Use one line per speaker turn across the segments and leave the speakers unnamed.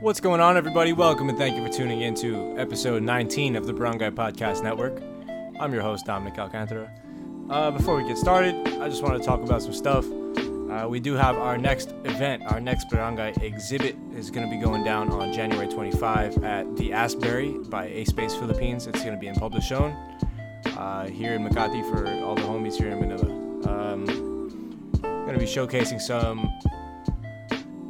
What's going on, everybody? Welcome and thank you for tuning in to episode 19 of the Brown Guy Podcast Network. I'm your host, Dominic Alcantara. Uh, before we get started, I just want to talk about some stuff. Uh, we do have our next event, our next Barangay exhibit is going to be going down on January 25 at the Asbury by A Space Philippines. It's going to be in Publishon uh, here in Makati for all the homies here in Manila. Um, going to be showcasing some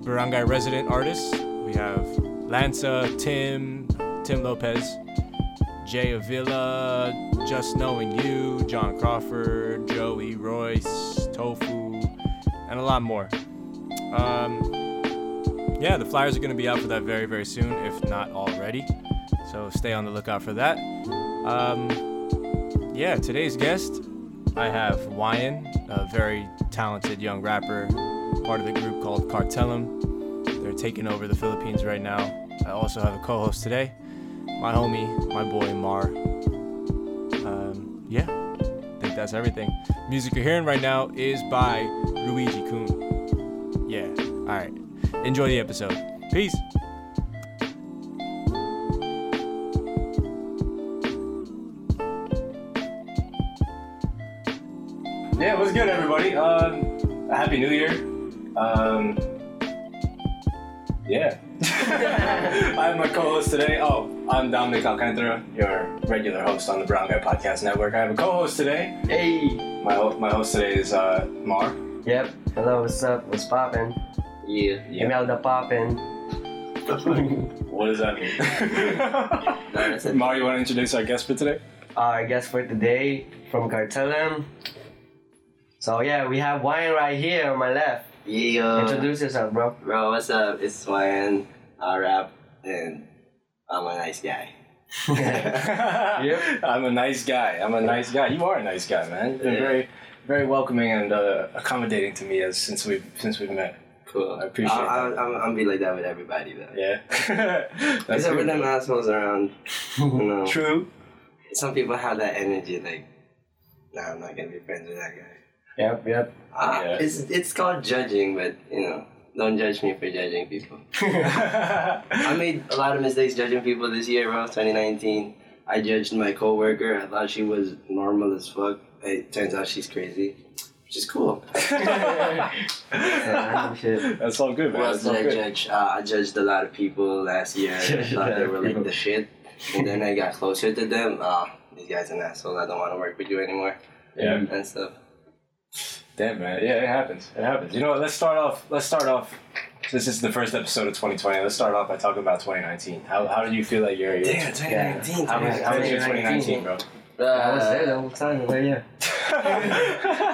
Barangay resident artists. We have Lanza, Tim, Tim Lopez, Jay Avila, Just Knowing You, John Crawford, Joey Royce, Tofu, and a lot more. Um, yeah, the flyers are going to be out for that very, very soon, if not already. So stay on the lookout for that. Um, yeah, today's guest, I have Wyan, a very talented young rapper, part of the group called Cartellum. They're taking over the Philippines right now. I also have a co-host today, my homie, my boy Mar. Um, yeah, I think that's everything. Music you're hearing right now is by Luigi Kun. Yeah. All right. Enjoy the episode. Peace. Yeah, what's good, everybody? Um, happy New Year. Um, yeah. I'm my co-host today. Oh, I'm Dominic Alcantara, your regular host on the Brown Guy Podcast Network. I have a co-host today.
Hey.
My, ho- my host today is uh, Mar.
Yep. Hello. What's up? What's poppin'?
Yeah.
Yeah.
Imelda poppin'.
What does that mean?
No, that's it.
Mar, you want to introduce our guest for today?
Uh, Our guest for today from Cartellum. So yeah, we have Wine right here on my left.
Yeah.
Introduce yourself, bro.
Bro, what's up? It's Ryan. I rap and I'm a nice guy.
yep. I'm a nice guy. I'm a nice guy. You are a nice guy, man. You've been
Yeah.
very, very welcoming and uh, accommodating to me as since we have since we've met.
Cool.
I appreciate
I, I, I'm, I'm be like that with everybody though.
Yeah. That's
Except for
good.
them assholes around. you know.
True.
Some people have that energy like, nah, I'm not gonna be friends with that guy.
Yep. Yep.
Ah,
Yeah.
It's it's called judging, but you know, don't judge me for judging people. I made a lot of mistakes judging people this year, bro. 2019. I judged my coworker. I thought she was normal as fuck. It turns out she's crazy, which is cool.
Yeah, shit.
That's all good, man.
What else
That's all
did I
good.
judge? Uh, I judged a lot of people last year. I
Judged a
thought
lot
they
of
were like
people.
the shit, and then I got closer to them. Ah, these guys an asshole. I don't want to work with you anymore.
Yeah.
and stuff.
Damn, man. Yeah, it happens. It happens. You know, what? let's start off. Let's start off. This is the first episode of 2020. Let's start off by talking about 2019. How, how did you feel that year?
Damn, 2019.
How was, how was your 2019, bro?
I was there the whole time. But yeah.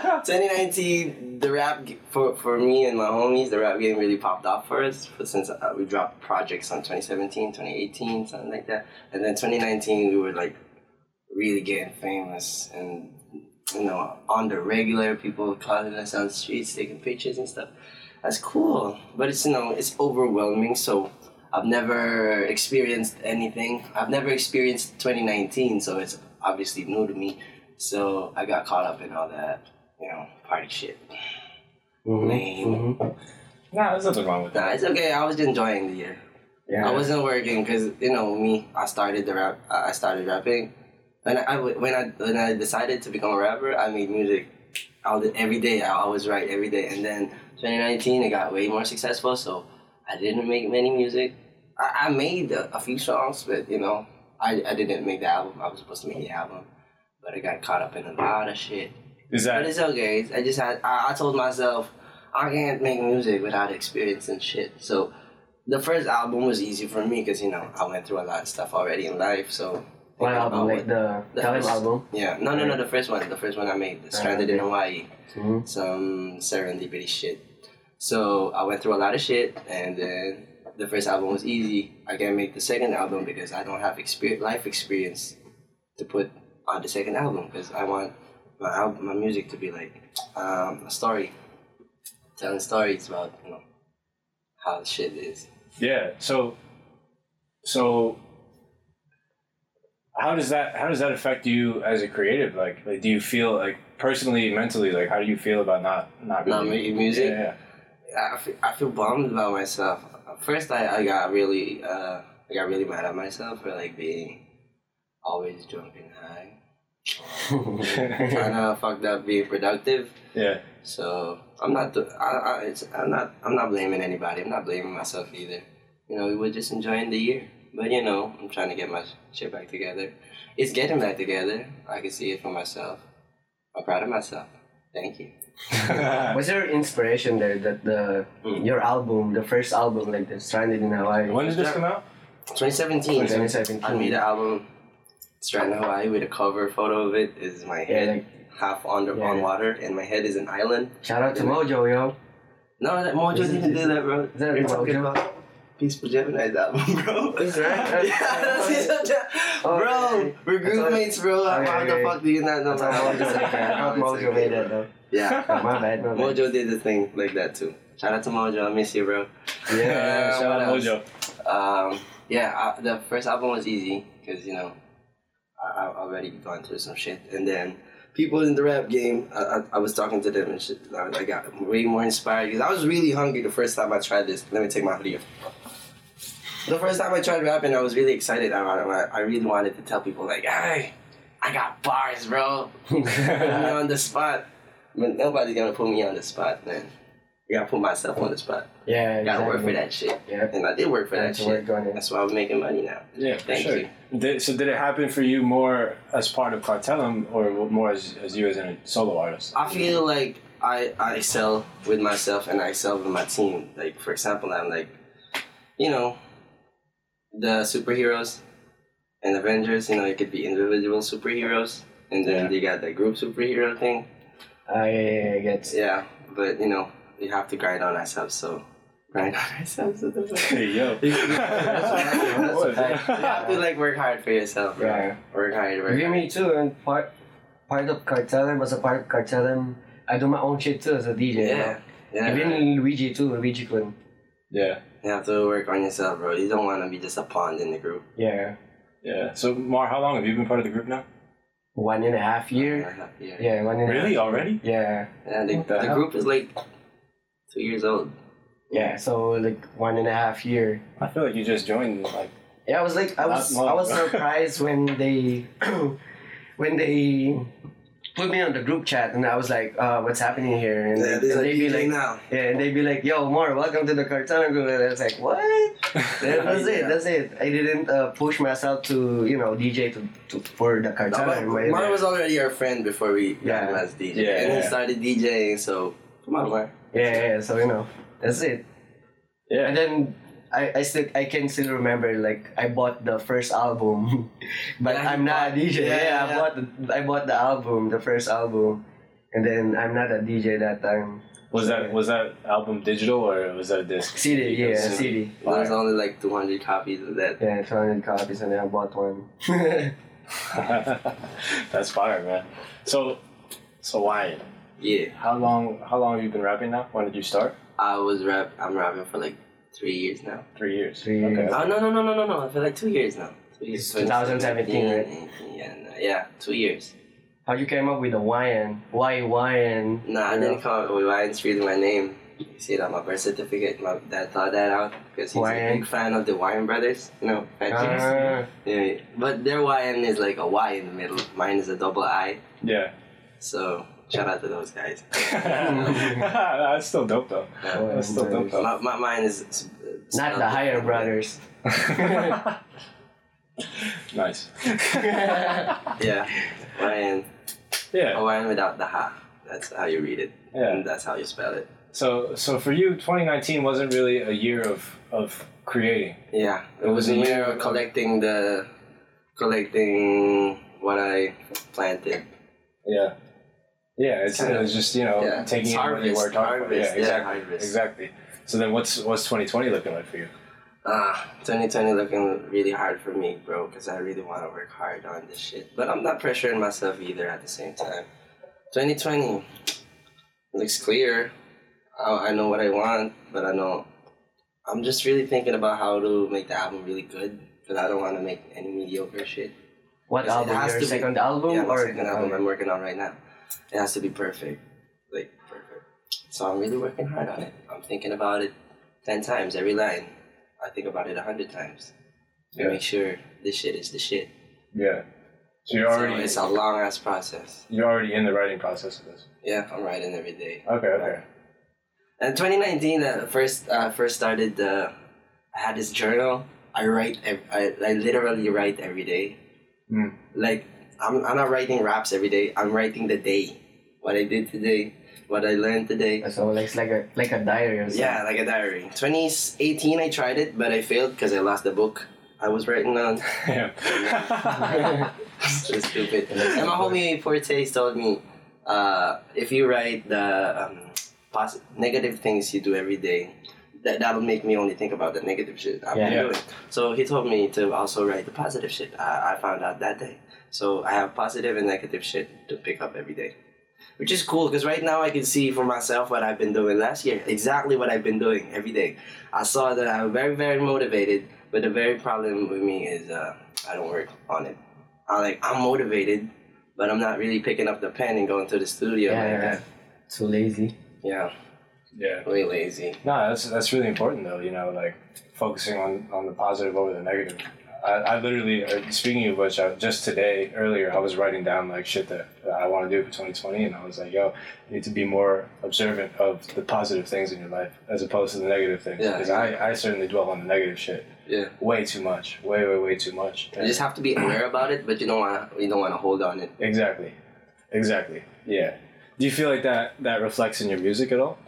2019, the rap g- for for me and my homies, the rap game really popped off for us. But since uh, we dropped projects on 2017, 2018, something like that, and then 2019 we were like really getting famous and you know on the regular, people calling us on the streets, taking pictures and stuff. That's cool, but it's you know it's overwhelming. So I've never experienced anything. I've never experienced 2019, so it's obviously new to me. So I got caught up in all that, you know, party shit.
Mm-hmm,
Lame.
Nah, there's nothing wrong with that.
Nah, it's okay. I was enjoying the year.
Yeah.
I wasn't working because you know me. I started the rap. I I started rapping. When I, I w- when I when I decided to become a rapper, I made music. I did every day. I always write every day. And then 2019, it got way more successful. So I didn't make many music. I, I made a, a few songs, but you know, I, I didn't make the album. I was supposed to make the album, but I got caught up in a lot of shit.
Is
But
that
it's okay. I just had I, I told myself I can't make music without experience and shit. So the first album was easy for me because you know I went through a lot of stuff already in life. So
One
thinking
album,
about
like
what-
the
the
Kalim
first-
album.
yeah no no no the first one the first one I made the stranded in Hawaii
Mhm.
some serendipity shit. So I went through a lot of shit and then the first album was easy. I can't make the second album because I don't have experience life experience to put on the second album because I want my album, my music to be like um, a story, telling stories about you know how shit is.
yeah? So so how does that how does that affect you as a creative? Like, like do you feel like personally, mentally, like how do you feel about not not
Not
really-
making music?
Yeah, yeah.
I feel, I feel bummed about myself. First, I, I got really uh, I got really mad at myself for like being always drunk and high, trying to fucked up being productive.
Yeah.
So I'm not do- I, I, it's, I'm not I'm not blaming anybody. I'm not blaming myself either. You know, we were just enjoying the year. But you know, I'm trying to get my shit back together. It's getting back together. I can see it for myself. I'm proud of myself. Thank you.
Was there inspiration there that the
Mm.
your album, the first album, like the Stranded in Hawaii?
when did this come out?
2017.
2017.
I made the album Stranded in Hawaii with a cover photo of it is my
Yeah,
head
like-
half under
Yeah.
on water and my head is an island.
Shout out to Mojo, yo.
No, that Mojo
Is it-
didn't
is
do
it-
that, bro.
Is that
You're talking
Mojo?
about Peaceful Gemini's album, bro.
Is that-
yeah, that's Peaceful Gem-
Oh, yeah, yeah.
bro. We're
I thought-
group mates, bro.
Okay,
How
okay.
the fuck do you not know
That's how
my
Mojo did that. Not Mojo made that though.
Yeah.
Oh, my bad, my bad.
Mojo did the thing like that too. Shout out to Mojo, I miss you, bro.
Yeah, shout
Uh, what
out
else?
Mojo.
Um, yeah, I, the first album was easy because you know I, I've already gone through some shit, and then people in the rap game, I, I, I was talking to them and shit. and I, I got way more inspired because I was really hungry the first time I tried this. Let me take my hoodie off. The first time I tried rapping, I was really excited. I, I, I really wanted to tell people like, "Hey, I got bars, bro. put me on the spot." But nobody's gonna put me on the spot, man. I gotta put myself on the spot.
Yeah,
I gotta work for
exactly.
that shit.
Yeah.
And I did work for that
That's
shit.
work on it.
That's why I'm making money now.
Yeah, for
Thank
sure.
you.
Did, so did it happen for you more as part of Cartellum or more as, as you as a solo artist?
I feel like I, I excel with myself and I excel with my team. Like, for example, I'm like, you know, the superheroes and Avengers, you know, it could be individual superheroes. And then
Yeah.
they got the group superhero thing.
Ah, I get.
Yeah, but you know, we have to grind on ourselves, so grind on ourselves. what the fuck?
Hey, yo.
That's a fact.
you have to like work hard for yourself, bro.
Yeah.
Work hard, work
You hear
hard.
me too, and part part of Cartellum was a part of Cartellum. I do my own shit too as a DJ. you know?
Yeah. Yeah.
Even Luigi too, Luigi Kun.
yeah.
You have to work on yourself, bro. You don't want to be just a pawn in the group.
Yeah.
Yeah. So, Mar, how long have you been part of the group now?
One and a half year.
Yeah. Yeah.
Yeah, one and a half.
Really? Already?
Yeah.
the,
What the
the
hell?
group is like two years old.
Yeah. So like one and a half year.
I feel like you just joined, like,
Yeah, I was like I
Not
was
long.
I was surprised when they when they put me on the group chat and I was like, uh, what's happening here? And, they- and they'd be like
now.
Yeah, and they'd be like, "Yo, more, welcome to the Cartana group." And I was like, "What?" That- that's it. That's it. I didn't uh, push myself to you know DJ to, to for the Cartana.
Mar, Mar was already our friend before we
Yeah.
got him as DJ.
Yeah,
and
yeah.
he started DJing, so come on, Mar.
yeah, yeah. So you know, that's it. And
yeah.
then I, I still I can still remember like I bought the first album, but
Yeah,
I'm
you
not a
bought-
DJ. Yeah,
yeah,
I
yeah.
bought the, I bought the album, the first album, and then I'm not a DJ that time.
Was that was that album digital or was that a disc?
CD, yeah,
Yeah.
CD.
There's only like 200 copies of that.
Yeah, 200 copies, and then I bought one.
That's fire, man. So, so Wyatt,
Yeah,
how long how long have you been rapping now? When did you start?
I was rap. I'm rapping for like three years now.
Three years.
Three years.
Oh no no no no no no! For like two years now. Two years.
It's 2017, right?
2018, Yeah, yeah, two years.
How you came up with the YN? Why YN?
No, I
You
didn't
know?
call it. Why didn't read my name? You see it on my birth certificate. My dad thought that out because he's
Wyan.
a big fan of the Wyan brothers. You know, fat chicks.
Ah,
Yeah, but their Wyan is like a Y in the middle. Mine is a double I.
Yeah.
So shout out to those guys.
That's still dope though.
Yeah.
That's still dope though.
my, my mine is s-
Oh. not
spelled
the higher
different.
brothers.
nice.
Yeah, Wyan.
Yeah.
Hawaiian without the ha. That's how you read it.
Yeah.
And that's how you spell it.
So so for you, 2019 wasn't really a year of of creating.
Yeah, it was a year
Mm-hmm.
of collecting the collecting what I planted.
Yeah. Yeah, it's, it was just you know
Yeah, it's
taking in what you
harvest,
worked hard for.
harvest,
Yeah,
yeah,
exactly.
harvest.
Exactly. So then, what's what's 2020 looking like for you?
Ah, 2020 looking really hard for me, bro, because I really want to work hard on this shit. But I'm not pressuring myself either at the same time. 2020 looks clear. I, I know what I want, but I know. I'm just really thinking about how to make the album really good, because I don't want to make any mediocre shit.
What
Yes, it
album?
has
Your
to be-
second album
Oh,
Yeah, my
or
second album I'm working on right now. It has to be perfect. Like, perfect. It's So I'm really working hard on it. I'm thinking about it ten times every line. I think about it a hundred times to
Yeah.
make sure this shit is the shit.
Yeah. So you're
So
already
it's a long ass process.
you're already in the writing process of this.
Yeah, I'm writing every day.
Okay. Okay.
In 2019, uh, first uh, first started the. I had this journal. I write. ev- I, I literally write every day.
Mm.
Like I'm, I'm not writing raps every day. I'm writing the day, what I did today, what I learned today.
So like it's like a like a diary or something.
Yeah, like a diary. 2018, I tried it, but I failed because I lost the book I was writing on.
Yeah.
It's stupid. And my homie Fortes told me, uh, if you write the um, pos- negative things you do every day, that that'll make me only think about the negative shit I'm
Yeah.
doing. So he told me to also write the positive shit. I, I found out that day. So I have positive and negative shit to pick up every day. Which is cool because right now I can see for myself what I've been doing last year, exactly what I've been doing every day. I saw that I'm very, very motivated, but the very problem with me is uh, I don't work on it. I like I'm motivated, but I'm not really picking up the pen and going to the studio.
Yeah,
like
yeah.
that.
Too lazy.
yeah,
yeah.
really lazy.
No, that's that's really important though. You know, like focusing on on the positive over the negative. I, I literally uh, speaking of which, I, just today earlier, I was writing down like shit that, that I want to do for 2020, and I was like, yo, you need to be more observant of the positive things in your life as opposed to the negative things.
Yeah.
Because I I certainly dwell on the negative shit
Yeah,
way too much, way way way too much.
you just have to be aware about it, but you don't want you don't want to hold on it.
Exactly. Exactly. Yeah. Do you feel like that that reflects in your music at all?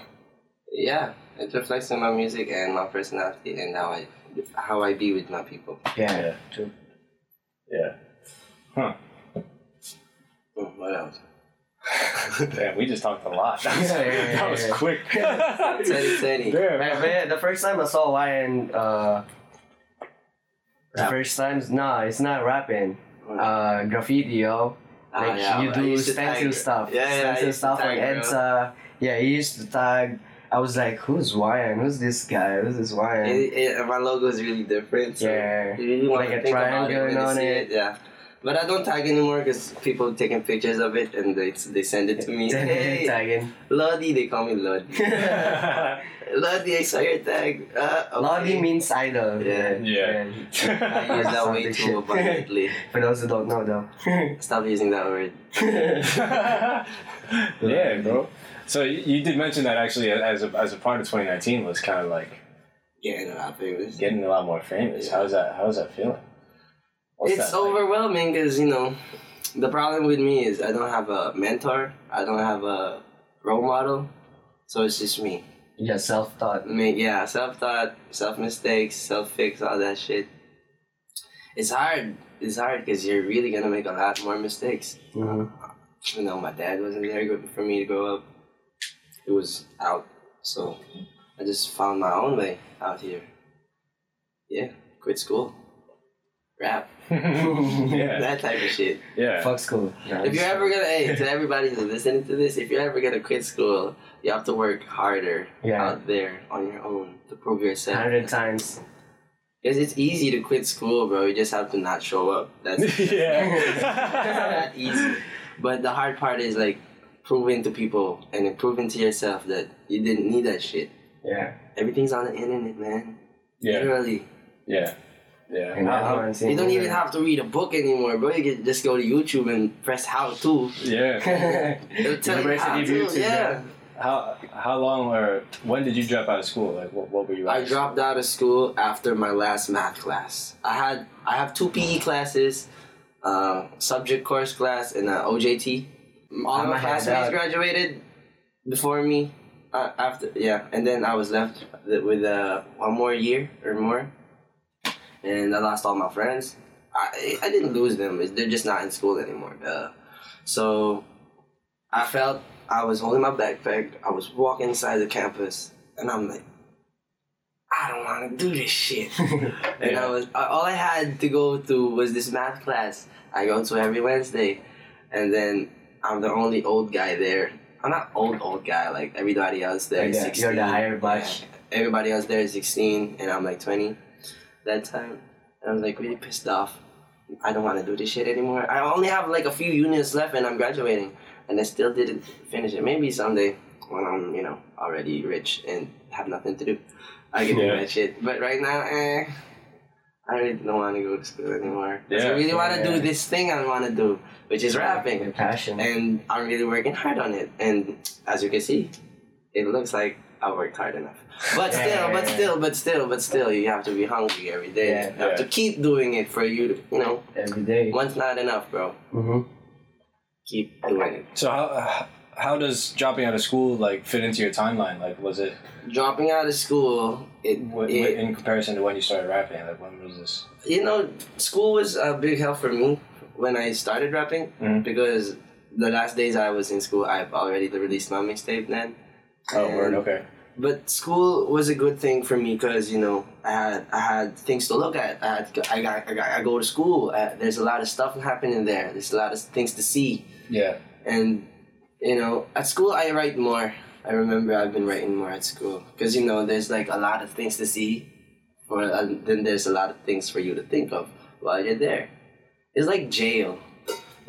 Yeah, it reflects in my music and my personality and how I how I be with my people.
Yeah.
Yeah.
True.
Yeah. Huh.
Mm, What else?
Damn, we just talked a lot. That was,
Yeah, yeah, yeah,
that was
yeah.
quick.
Teddy, Teddy.
Damn.
Man, man, the first time I saw Wyan, uh, the
Rap.
first times, nah, it's not rapping. Uh, graffiti, yo.
Ah,
Like
yeah,
you
I
do
used to
stencil
tag-
stuff,
Yeah, yeah, I
stencil
used to
stuff on
tag, bro.
Edsa. Yeah, he used to tag. I was like, who's Wyan? Who's this guy? Who's this Wyan?
It, it, my logo is really different. So
Yeah.
You really want
Like
to
a
think about it
triangle
when you
on
see
it.
it. Yeah. But I don't tag anymore because people taking pictures of it and they, they send it to me. hey,
Tagging.
Lodi, they call me Lodi. Lodi, I saw your tag. Uh, okay.
Lodi means idol.
Yeah.
Yeah.
I use that way
Something
too
shit.
abundantly.
For those who don't know, though.
Stop using that word.
yeah, bro. So you, you did mention that actually as a, as a part of 2019 was kind of like
Getting a lot famous.
getting a lot more famous. How's that? How's that feeling? What's
it's
that like?
overwhelming because you know the problem with me is I don't have a mentor. I don't have a role model. So it's just me.
Yeah, self taught.
Me, yeah, self thought, self mistakes, self fix, all that shit. It's hard. It's hard because you're really gonna make a lot more mistakes.
Mm-hmm.
You know, my dad wasn't there gr- for me to grow up. It was out, so I just found my own way out here. Yeah, quit school, rap,
yeah,
that type of shit.
yeah.
Fuck school. Nah,
If you're ever gonna, hey, to everybody who's listening to this, if you're ever gonna quit school, you have to work harder
Yeah.
out there on your own to prove yourself.
100 times.
Because it's easy to quit school, bro. You just have to not show up. That's
yeah.
that easy. But the hard part is like proving to people and then proving to yourself that you didn't need that shit.
Yeah.
Everything's on the internet, man.
Yeah.
Literally.
Yeah. Yeah.
And
How- how-
everyone's
Uh, You
in
don't even
there.
have to read a book anymore, bro. You can just go to YouTube and press how to.
yeah.
It'll tell you
University
how
of
to.
YouTube,
yeah.
How how long or when did you drop out of school? Like what, what were you?
I
at?
dropped out of school after my last math class. I had I have two PE classes, uh, subject course class, and uh, OJT. All
I'm
my
ahead of
classmates
that.
graduated before me. Uh, after yeah, and then I was left th- with uh, one more year or more, and I lost all my friends. I I didn't lose them. it's- They're just not in school anymore. Duh. So I felt I was holding my backpack. I was walking inside the campus, and I'm like, I don't want to do this shit. and I was I- all I had to go to was this math class. I go to every Wednesday, and then I'm the only old guy there. I'm not old old guy like everybody else there. is
Yeah, you're
16.
the higher batch.
Yeah. Everybody else there is 16, and I'm like 20 that time. And I was like really pissed off. I don't want to do this shit anymore. I only have like a few units left, and I'm graduating, and I still didn't finish it. Maybe someday when I'm, you know, already rich and have nothing to do. I can
Yeah.
do that shit. But right now, eh, I really don't want to go to school anymore. 'Cause I
Yeah,
really want to
yeah, yeah.
do this thing I want to do, which is rapping.
passion.
And I'm really working hard on it. And as you can see, it looks like I worked hard enough. But
Yeah,
still,
yeah,
but
yeah.
still, but still, but still, you have to be hungry every day.
Yeah.
you have to keep doing it for you to, you know,
Every day.
once not enough, bro.
Mm-hmm.
Keep doing it.
So how uh, how does dropping out of school like fit into your timeline? Like, was it
Dropping out of school, it,
w-
it
in comparison to when you started rapping? Like, when was this?
you know, school was a big help for me when I started rapping
Mhm.
because the last days I was in school, I've already released my mixtape then.
Oh,
And-
word. Okay.
But school was a good thing for me because you know I had I had things to look at. I had I got I, got, I go to school. Uh there's a lot of stuff happening there. There's a lot of things to see,
Yeah.
and you know at school I write more. I remember I've been writing more at school because you know there's like a lot of things to see, or uh, then there's a lot of things for you to think of while you're there. It's like jail.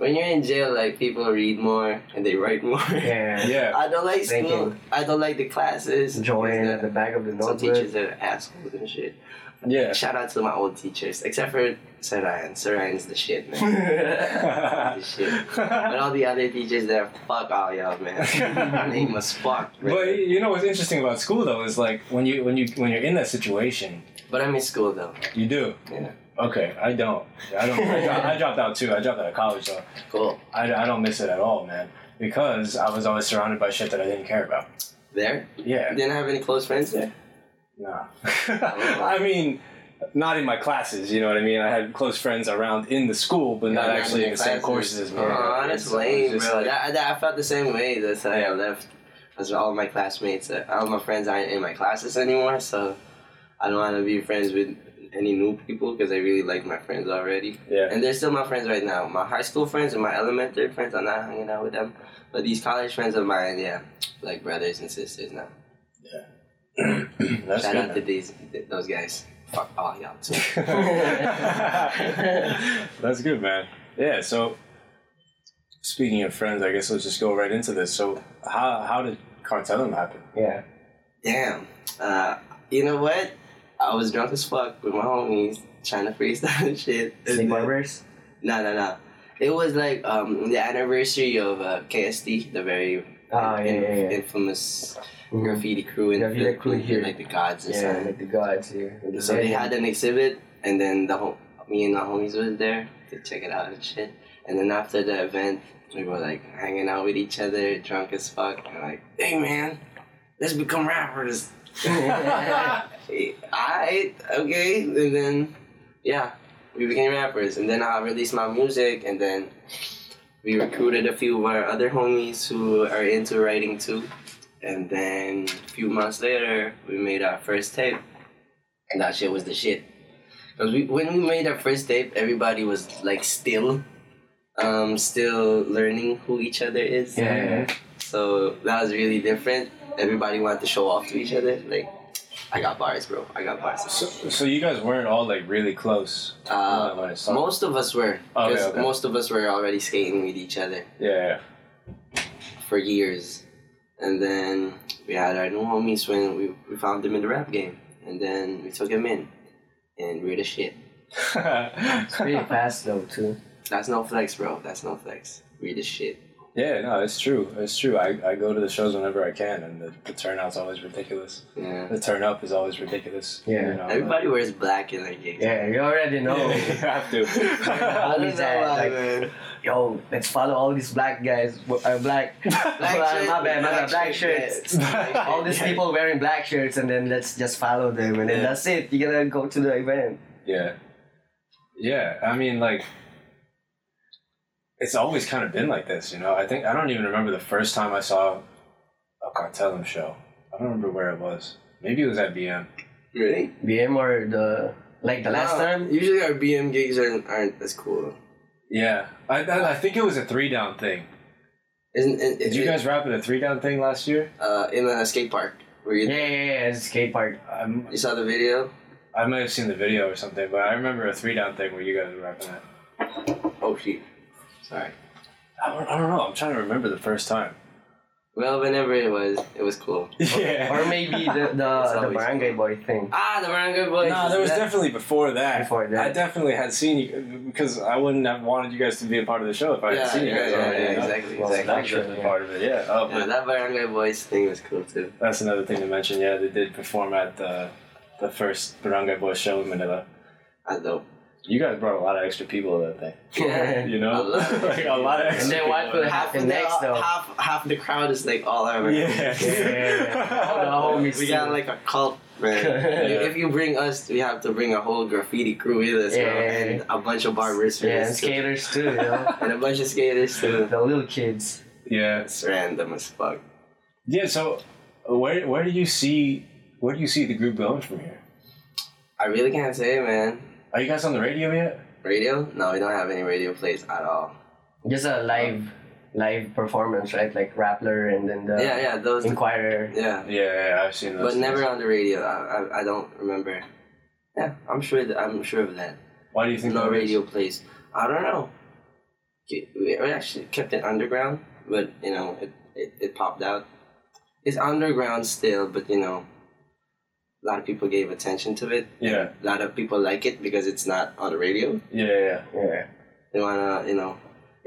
When you're in jail, like people read more and they write more.
Yeah.
Yeah.
I don't like
Thank
school.
you.
I don't like the classes.
Join
It's
at the back of the
some
notebook.
teachers are assholes and shit.
Yeah.
Shout out to my old teachers, except for Sir Ryan. Sir Ryan's the shit, man. The shit. But all the other teachers there, fuck all y'all, man. Name was fuck.
But you know what's interesting about school though is like when you when you when you're in that situation,
But I'm in school though.
you do.
Yeah.
Okay, I don't. I don't. I, dropped, I dropped out too. I dropped out of college, so
Cool.
I, I don't miss it at all, man. Because I was always surrounded by shit that I didn't care about.
There?
Yeah.
Didn't have any close friends there?
Nah. I mean, not in my classes. You know what I mean. I had close friends around in the school, but not
Yeah,
actually in the same
classes.
courses as me.
Aw, that's
So it was
lame,
just
bro.
like-
that, that, I felt the same way. That's why I left. Because all my classmates, uh, all my friends aren't in my classes anymore. So I don't want to be friends with any new people because I really like my friends already.
yeah.
And they're still my friends right now. My high school friends and my elementary friends, I'm not hanging out with them. But these college friends of mine, yeah, like brothers and sisters now.
That's
Shout
good,
out to these th- those guys. Fuck all y'all too.
That's good, man. Yeah. So, speaking of friends, I guess let's just go right into this. So, how how did Cartellum happen?
Yeah.
Damn. Uh, you know what? I was drunk as fuck with my homies trying to freestyle and shit.
Snake barbers.
No, no, no. It was like um, the anniversary of uh, KSD, the very
Ah, yeah, yeah, yeah.
infamous
Mhm.
graffiti crew in
Graffiti
Phil-
crew here.
like the gods or
Yeah,
something.
like the gods here. Like the
So they
legend.
had an exhibit, and then the whole, me and my homies was there to check it out and shit. And then after the event, we were like hanging out with each other, drunk as fuck, and like, hey man, let's become rappers. Alright, okay, and then yeah, we became rappers, and then I released my music, and then we recruited a few of our other homies who are into writing too, and then a few months later, we made our first tape, and that shit was the shit. Cause we, when we made our first tape, everybody was like still, um, still learning who each other is.
Yeah, yeah, yeah.
So that was really different. Everybody wanted to show off to each other. Like, I got bars, bro. I got bars.
So, so you guys weren't all like really close.
Uh,
when I saw-
most of us were,
Okay,
because
okay.
most of us were already skating with each other
yeah,
for years, and then we had our new homies when we, we found them in the rap game, and then we took him in, and we're the shit.
yeah.
Pretty fast though too.
That's no flex, bro. That's no flex. We're the shit.
yeah, no, it's true. It's true. I, I go to the shows whenever I can, and the, the turnout's always ridiculous.
Yeah.
The turn up is always ridiculous.
Yeah.
know,
Everybody wears black in their gigs.
Yeah, you already
like-
know.
Yeah, you have
I
to.
don't
Homies
know
are,
why,
like,
man.
Yo, let's follow all these black guys. Uh, black.
Black shirt,
my bad, my bad. Black
shirt,
shirts.
yes.
all these people wearing black shirts, and then let's just follow them, and then
Yeah.
that's it. You're gonna go to the event.
Yeah. Yeah, I mean, like, it's always kind of been like this, you know? I think, I don't even remember the first time I saw a Cartellum show. I don't remember where it was. Maybe it was at BM.
Really?
BM or the like the last
No,
time.
Usually our BM gigs aren't, aren't as cool.
Yeah. I, I, I think it was a three down thing.
Isn't it,
Did you
it-
guys rap at a three down thing last year?
uh, in a skate park? Where you,
Yeah, yeah, yeah. It's skate park.
I'm,
you saw the video?
I might have seen the video or something, but I remember a three down thing where you guys were rapping at.
Oh shit! Sorry.
I don't, I don't know. I'm trying to remember the first time.
Well, whenever it was, it was cool.
Yeah.
Or maybe the
It's
the, the
always-
barangay boy thing.
Ah, the Barangay Boys.
No, there was
That-
definitely before that.
Before that.
I definitely had seen you because I wouldn't have wanted you guys to be a part of the show if I
Yeah,
had seen you
yeah,
guys
yeah,
already.
yeah,
you know?
exactly,
Well,
exactly.
That's definitely part of it. Yeah. Oh,
Yeah,
but
that Barangay Boys thing was cool too.
that's another thing to mention. Yeah, they did perform at the the first Barangay Boys show in Manila.
That's dope.
You guys brought a lot of extra people to that thing.
and
You know,
A lot of
like a lot of extra.
And then what
people.
would happen?
Half, of
next,
the,
though.
half, half the crowd is like all our
Yeah.
yeah, yeah.
We got like a cult, man. You- If you bring us, we have to bring a whole graffiti crew with us, bro,
Yeah.
and a bunch of barbers with us,
skaters too, you know.
and a bunch of skaters too.
the little kids.
yeah.
It's random as fuck.
Yeah. So, uh, where where do you see where do you see the group going from here?
I really can't say, man.
Are you guys on the radio yet?
Radio? No, we don't have any radio plays at all.
Just a live live performance, right? Like Rappler and then the
yeah, yeah, those.
Inquirer.
yeah,
Yeah, yeah I've seen those.
but never
things.
on the radio. I, I, I don't remember. Yeah, I'm sure that I'm sure of that.
Why do you think
No
that is?
radio plays. I don't know. We we actually kept it underground, but you know, it, it, it popped out. It's underground still, but you know, a lot of people gave attention to it.
Yeah,
A lot of people like it because it's not on the radio.
yeah, yeah.
Yeah.
They wanna, you know,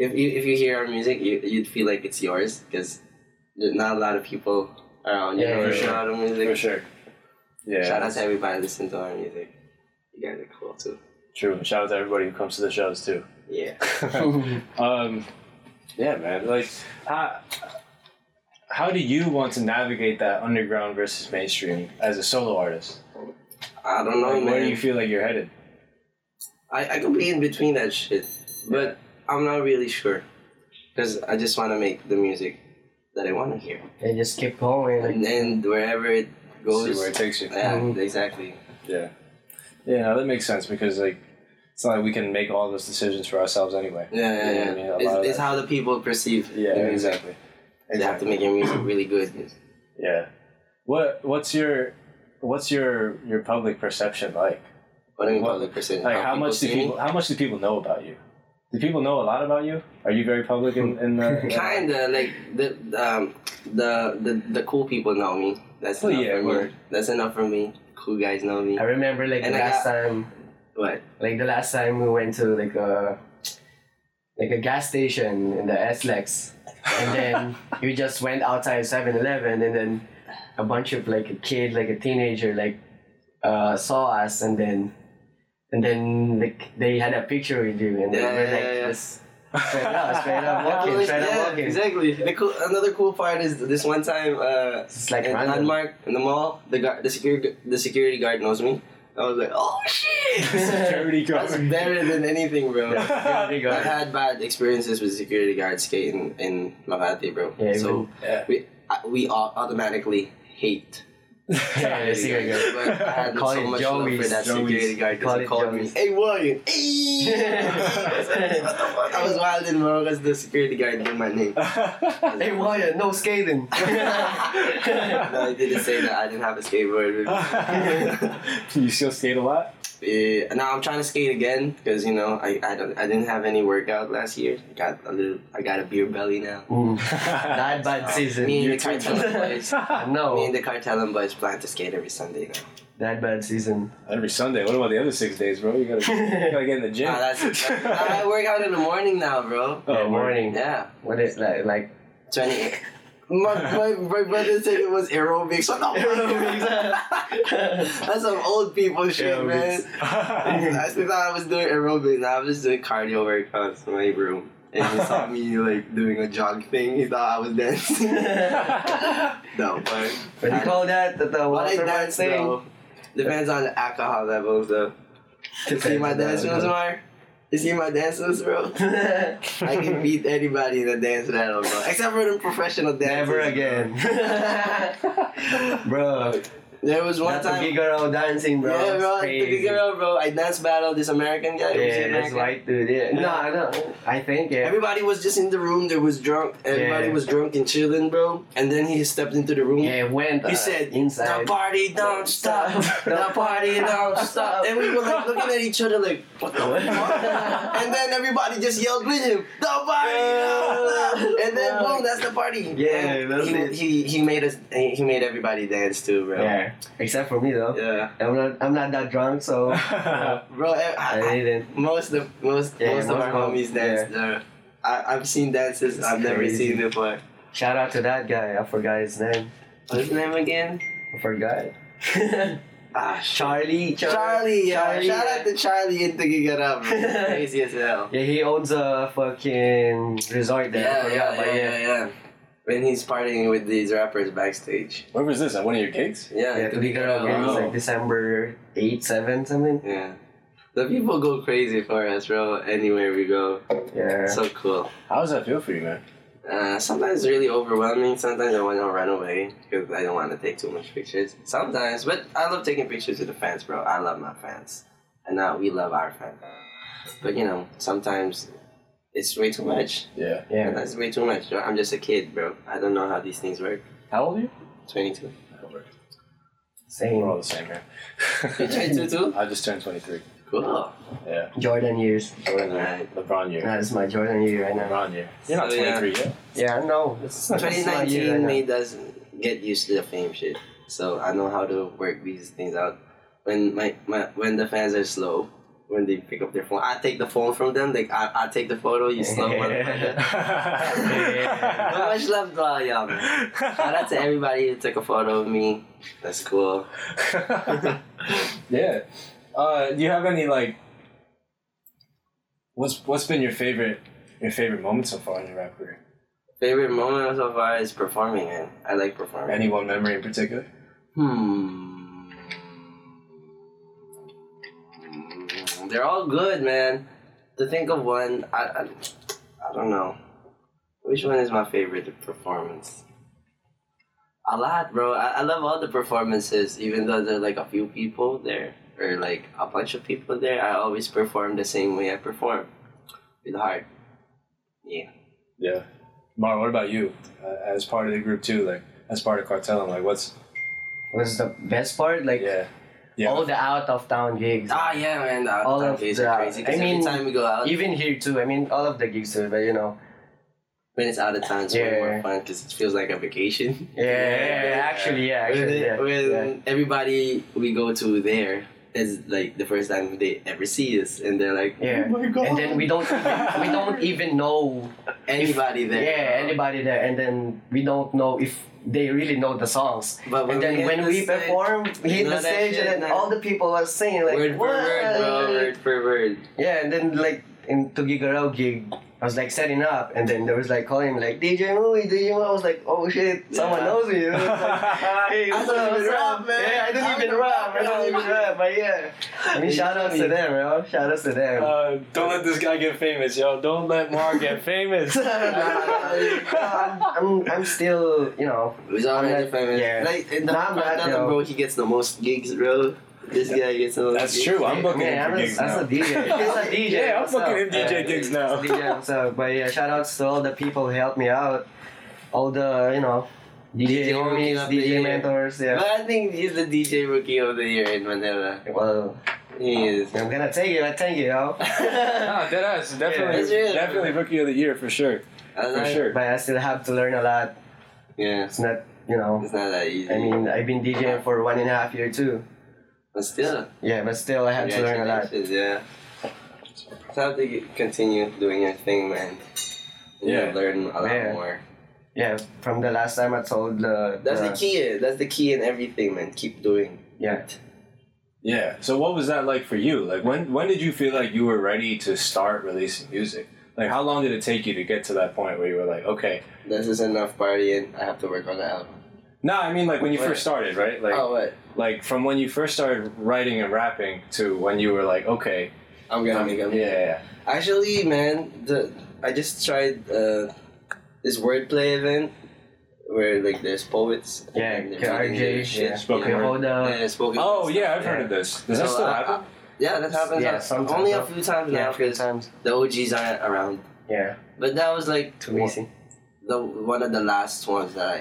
if you if you hear our music, you you'd feel like it's yours because there's not a lot of people around. You
Yeah,
know,
for
who
sure.
know our music.
For sure. Yeah.
Shout out to everybody listening to our music. You guys are cool too.
True. Shout out to everybody who comes to the shows too.
Yeah.
Um, yeah, man. Like, how, how do you want to navigate that underground versus mainstream as a solo artist?
I don't know,
Like,
man.
where do you feel like you're headed?
I, I could be in between that shit, but I'm not really sure. Because I just want to make the music that I want to hear.
They just keep going. Like,
And then wherever it goes.
See where it takes you.
yeah,
Mhm.
exactly.
Yeah. Yeah, no, that makes sense because like it's not like we can make all those decisions for ourselves anyway.
Yeah, yeah,
You know
yeah.
what I mean? A lot of
It's, it's
that-
how the people perceive
yeah,
the music.
exactly.
They have to make your music really good.
Yeah. What what's your what's your your public perception like?
What do you
What-
call the percentage?
Like how, much do people how much do people know about you? Do people know a lot about you? Are you very public in, in the
Kinda like the um the the, the cool people know me. That's
Well,
enough
Oh, yeah,
for me.
word.
That's enough for me. Cool guys know me.
I remember like
And
the
I
last time
What?
like the last time we went to like a like a gas station in the SLEX and then you just went outside 7-Eleven and then a bunch of like a kid like a teenager like uh, saw us and then and then like they had a picture with you and then
Yeah,
we're
yeah,
like
yeah.
just straight up straight up walking straight
yeah,
up walking
Exactly. The cool, another cool part is this one time uh,
It's like
in
random.
Landmark in the mall, the guard, the security, the security guard knows me. I was like, oh shit.
security
That's
guard?
better than anything, bro.
Security
I've
guard.
had bad experiences with security guards skating in Makati, bro.
Yeah,
so
Yeah.
we I- we au- automatically hate.
yeah, the security guard.
But I had
Call
so
it
much love for
Joey's.
that security guard
Joey's.
Call
because he
it
called
Joey's.
me, "Hey, Ryan, hey." I was wild in Morocco because the security guard knew my name.
hey Wyatt no skating Mm.
no, I didn't say that. I didn't have a skateboard.
you still skate a lot?
uh, now I'm trying to skate again because you know I I, don't, I didn't have any workout last year. I got a little. I got a beer belly now.
not bad season
Me and the cartel boys. Me
no
and the cartel and boys plan to skate every Sunday now.
that bad season Oh,
Every Sunday. What about the other six days, bro? You gotta, you gotta get in the gym.
Nah, that's, I work out in the morning now, bro.
Oh,
yeah,
word.
morning
Yeah,
What is like like
twenty. My, my my brother said it was aerobics. I'm not That's some old people shit, man. I still thought I was doing aerobics. I was just doing cardio workouts in my room. And he saw me like doing a jog thing. He thought I was dancing. no, but
what do you call that? The, the
what I
water man
dance
thing.
though depends on the alcohol levels though. You see my dance moves, Mar? You see my dance moves, bro? I can beat anybody in a dance battle, bro. Except for the professional dancers.
Never again, bro.
There was one
That's
time.
the girl dancing, bro.
Yeah,
It's
bro, the
crazy.
girl, bro. I dance battle this American guy. who was
Yeah, that's
American.
white dude. Yeah. No, no. I think yeah.
Everybody was just in the room. There was drunk. Everybody
Yeah.
was drunk and chilling, bro. And then he stepped into the room.
yeah, went.
He
uh,
said,
inside.
"The party don't
Don't
stop.
stop.
The party don't stop." And we were like looking at each other, like, "What the fuck?" And then everybody just yelled with him, "The party don't stop!" And then boom, that's the party.
Yeah,
And
that's
he,
it.
He he made us. He made everybody dance too, bro.
Yeah. Except for me though.
Yeah.
I'm not. I'm not that drunk, so
bro. I,
I
I,
didn't.
most of most
Yeah,
most of
most
our
of-
homies dance. Yeah. I, I've seen dances
It's
I've never
crazy.
seen before.
Shout out to that guy. I forgot his name.
What's his name again?
I forgot.
Ah, sh-
Charlie. Char-
Charlie. Yeah.
Charlie,
Shout out to Charlie and Thinking It Up. bro. Crazy as hell.
Yeah, he owns a fucking resort there. I
Yeah,
forgot,
yeah,
but
yeah, yeah, yeah. When he's partying with these rappers backstage.
Where was this? At one of your gigs?
Yeah.
Yeah, to be girl,
yeah.
it was like December 8, 7, something.
Yeah. The people go crazy for us, bro. Anywhere we go,
Yeah.
so cool.
How does that feel for you, man?
Uh, sometimes really overwhelming. Sometimes I want to run away because I don't want to take too much pictures. Sometimes, but I love taking pictures with the fans, bro. I love my fans, and now we love our fans. But you know, sometimes it's way too much.
Yeah.
yeah.
That's way too much. bro. I'm just a kid, bro. I don't know how these things work.
How old are you?
Twenty-two.
We're all
Same.
the same, man.
You twenty-two too?
I just turned 23.
Cool.
Yeah.
Jordan years.
Jordan year. LeBron year.
That's my Jordan year right now.
LeBron year. You're not
So, yeah.
23 yet.
Yeah, no. It's not, it's not you
2019
right now.
made us get used to the fame shit. So I know how to work these things out. When my, my when the fans are slow, when they pick up their phone, I take the phone from them. Like I, I take the photo. You slow motherfucker. But much love to all y'all. Man. Shout out to everybody who took a photo of me. That's cool.
yeah. Uh, do you have any like? What's What's been your favorite your favorite moment so far in your rap career?
Favorite moment so far is performing, man. I like performing.
Any one memory in particular?
Hmm. They're all good, man. To think of one, I, I, I don't know. Which one is my favorite performance? A lot, bro. I, I love all the performances, even though there are like a few people there or like a bunch of people there. I always perform the same way I perform with heart. Yeah.
Yeah. Mar, what about you? Uh, as part of the group too, like as part of Cartel, and like what's
Was the best part? Like,
yeah, yeah.
all the out of town gigs.
Ah, yeah, man. The
All
outcome
of
is
the-
crazy. 'cause
I mean,
every time we go out,
Even here too. I mean, all of the gigs too, but you know.
when it's out of town, it's way more
Yeah.
fun because it feels like a vacation.
Yeah, actually, yeah,
when
actually, yeah.
when
yeah.
everybody we go to there is like the first time they ever see us, and they're like,
Yeah.
"Oh my god!"
And then we don't even, we don't even know
anybody there.
yeah anybody there, and then we don't know if they really know the songs.
But when
and
we
then
hit
when
the
we
stage-
perform, we
you
hit
know
the
that
stage,
shit,
and then
man.
all the people are singing like
word for
what?
word, bro. Word for word.
Yeah, and then like in Tugigarao gig, I was like setting up, and then there was like calling like DJ Movie, DJ Movie. I was like, oh shit, someone
Yeah.
knows me. It was like,
Uh,
hey,
I
what's
don't
up,
even
what's
rap,
up?
man.
Yeah, I
I'm
don't even
the
rap. I
rapper.
don't even rap, but yeah. I mean,
You
shout outs
know
to
me.
them, bro. Shout outs to them.
Uh, don't let this guy get famous, yo. Don't let Mar get famous.
I'm, I'm, I'm still, you know,
It was already
I'm not-
famous.
yeah.
Like in the
Nah, I'm not,
Cartel,
yo.
bro, he gets the most gigs, bro. This guy gets the most.
That's
gigs.
true. I'm booking
Man,
him
I'm
for
a,
gigs
that's
now.
a DJ. It's a DJ.
Yeah, I'm
what's
fucking
up?
in DJ gigs now.
it's DJ, what's up? But yeah, shout outs to all the people who helped me out. All the, you know, DJ,
DJ rookie
homies,
of the
DJ
year.
mentors,
But
yeah.
I think he's the DJ Rookie of the Year in Manila.
Well,
He is.
I'm gonna take it, I thank you, yo.
Nah, dead ass. Definitely,
Yeah.
definitely rookie of the year for sure.
I
For
like-
sure.
but I still have to learn a lot.
Yeah.
It's not, you know,
It's not that easy.
I mean, I've been DJing for one and a half year too.
but still.
Yeah, but still, I had to learn a lot.
Congratulations, yeah. So have to get- continue doing your thing, man. And
Yeah.
you'll learn a lot
Yeah.
more.
Yeah, from the last time I told the.
That's
the,
the key. eh? That's the key in everything, man. Keep doing.
Yeah.
Yeah. So what was that like for you? Like when when did you feel like you were ready to start releasing music? Like how long did it take you to get to that point where you were like, okay,
This is enough partying. I have to work on the album.
no, I mean like when you
Right.
first started, right? Like
oh, what?
like from when you first started writing and rapping to when you were like, okay,
I'm gonna make
yeah,
a
yeah,
Actually, man, the I just tried uh, this wordplay event where like there's poets.
Yeah,
and they're
KRJ,
reading their shit.
yeah.
Spoken
yeah.
word.
Yehuda.
Yeah, spoken
Oh
word
yeah,
stuff,
I've heard of this. Does that
So,
still
uh,
happen?
Yeah, that happens.
Yeah,
uh,
sometimes,
only
huh?
a few times
Yeah,
now
a few
because
times.
the OGs aren't around.
Yeah,
But that was like
too easy.
the one of the last ones that I,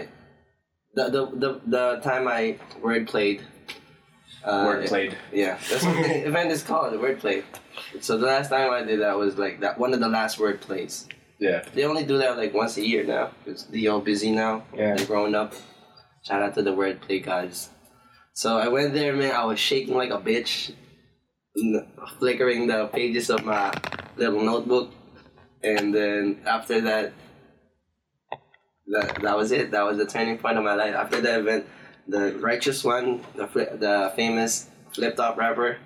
the the the, the time I word played. Uh,
Word played.
Yeah, that's what the event is called, word play. So the last time I did that was like that one of the last word plays.
Yeah.
They only do that like once a year now. It's they all busy now.
Yeah.
They're growing up. Shout out to the word play guys. So I went there, man. I was shaking like a bitch, n- flickering the pages of my little notebook, and then after that, that that was it. That was the turning point of my life. After that event, the righteous one, the fli the famous flip top rapper,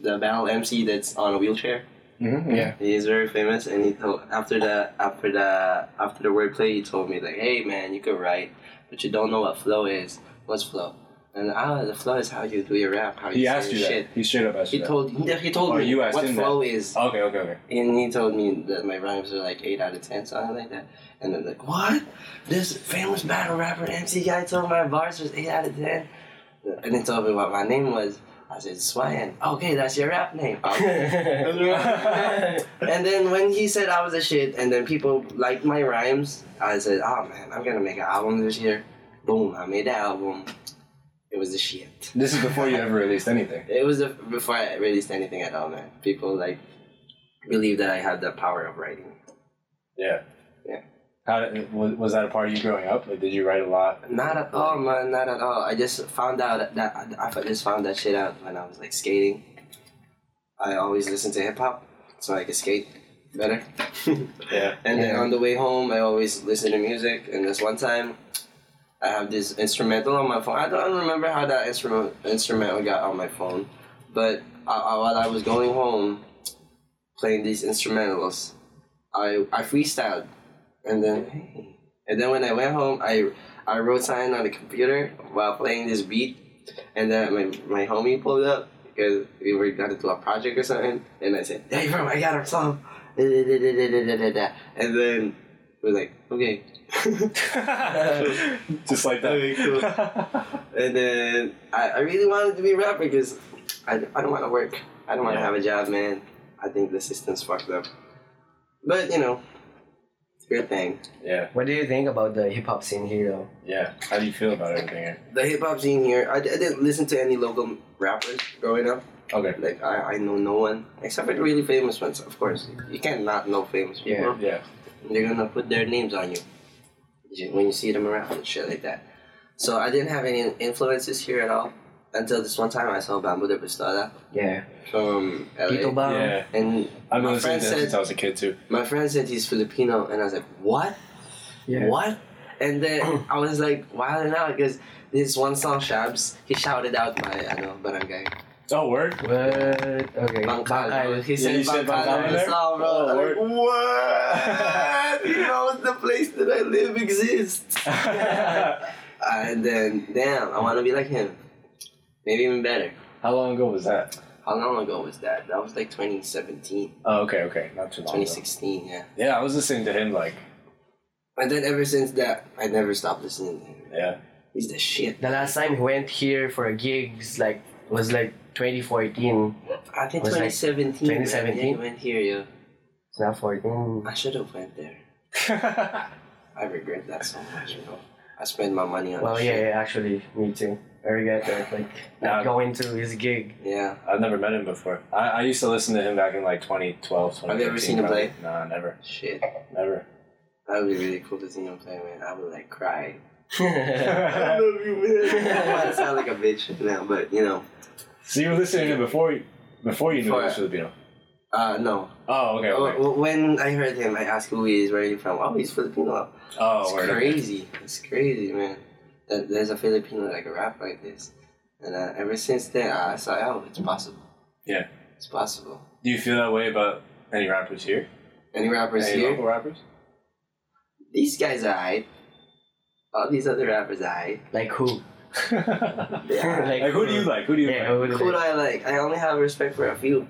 the battle MC that's on a wheelchair.
Mm-hmm. Yeah.
He is very famous, and he told after the after the after the wordplay, he told me like, "Hey man, you could write, but you don't know what flow is. What's flow?" And ah, the flow is how you do your rap, how you
He
say
asked
your
you that.
shit.
He straight up asked
He
you
told he, he told
Oh,
me
you asked
what
him that.
flow is,
that. Okay. Okay. Okay.
and he told me that my rhymes are like eight out of ten, something like that. And I'm like, "What? This famous battle rapper MC guy told my bars was eight out of 10? and he told me what my name was. I said, Swyan. Okay, that's your rap name. Oh. And then when he said I was a shit, and then people liked my rhymes, I said, "Oh man, I'm gonna make an album this year." Boom! I made the album. It was a shit.
this is before you ever released anything.
It was the before I released anything at all, man. People like believe that I have the power of writing.
Yeah.
Yeah.
How did, was, was that a part of you growing up? Like, did you write a lot?
Not at all, man. Not at all. I just found out that I I just found that shit out when I was like skating. I always listened to hip hop, so I could skate better.
Yeah.
And then
Yeah.
on the way home, I always listen to music. And this one time, I have this instrumental on my phone. I don't remember how that instrument instrumental got on my phone, but I, I, while I was going home, playing these instrumentals, I I freestyled, and then hey. and then when I went home, I I wrote something on the computer while playing this beat, and then my my homie pulled up because we were gonna do a project or something, and I said, "Hey, bro, I got a song." And then we're like, okay.
Just like that.
Okay, cool. and then I, I really wanted to be a rapper because I, I don't want to work. I don't want to
Yeah.
have a job, man. I think the system's fucked up. But, you know, it's a good thing.
yeah.
What do you think about the hip hop scene here, though?
Yeah. How do you feel about everything? here?
The hip hop scene here, I, I didn't listen to any local rappers growing up.
Okay.
Like, I, I know no one, except for the really famous ones, of course. You can't not know famous people.
Yeah.
Yeah.
they're gonna put their names on you You- when you see them around and shit like that. So I didn't have any influences here at all until this one time I saw Bamboo de Pistola
Yeah,
from
Tito
LA.
Bob.
yeah.
And
I've
Um,
been
my
listening
friend
to that since
said
I was a kid too.
my friend said he's Filipino and I was like, What?
Yeah.
What? And then I was like wilding out because this one song Shabs, he shouted out my I know, barangay.
Oh, word.
What? Okay.
Bangkal. He
Yeah,
said
you said Bangkal
Bangkal in the
there?
song, bro.
Oh,
I'm
word.
like, what? He knows the place that I live exists.
How
Uh, and then damn, I want to be like him. Maybe even better.
long ago was that?
How long ago was that? That was like 2017,
Oh, okay, okay, not too long. ago.
2016, yeah.
Yeah, I was listening to him like,
And then ever since that, I never stopped listening to him.
yeah,
He's the shit.
The last time he went here for a gigs like was like 2014.
I think
Was like 2017?
2017. Man, I went here, yo.
It's not 14.
I should have went there. I regret that so much, you know. I spent my money on
Well,
shit.
yeah, yeah, actually, me too. I regret that, like
Nah.
not going to his gig.
Yeah.
I've never met him before. I, I used to listen to him back in like 2012,
Have you ever
2013,
seen him
probably.
play?
Nah, never,
Shit.
never.
That would be really cool to see him play, man. I would like cry.
so
love you, man. I sound like a bitch now, but you know.
you were listening to him before, you- before you knew
Before
he was
I-
Filipino.
Uh, no,
Oh, okay,
Wh-
okay.
wh- When I heard him, I asked who he is, where he from. Oh, he's Filipino. It's
Oh, word. okay.
crazy. It's crazy, man. That there's a Filipino that can rap like this. And uh, ever since then, I saw, oh, it's possible.
Yeah.
It's possible.
Do you feel that way about any rappers here?
Any rappers
any
here?
local rappers?
These guys are hype. All these other rappers are hype.
Like who?
Yeah.
like, who do you like? Who do you
Yeah,
like?
who
Who
do
do
like?
I like? I only have respect for a few.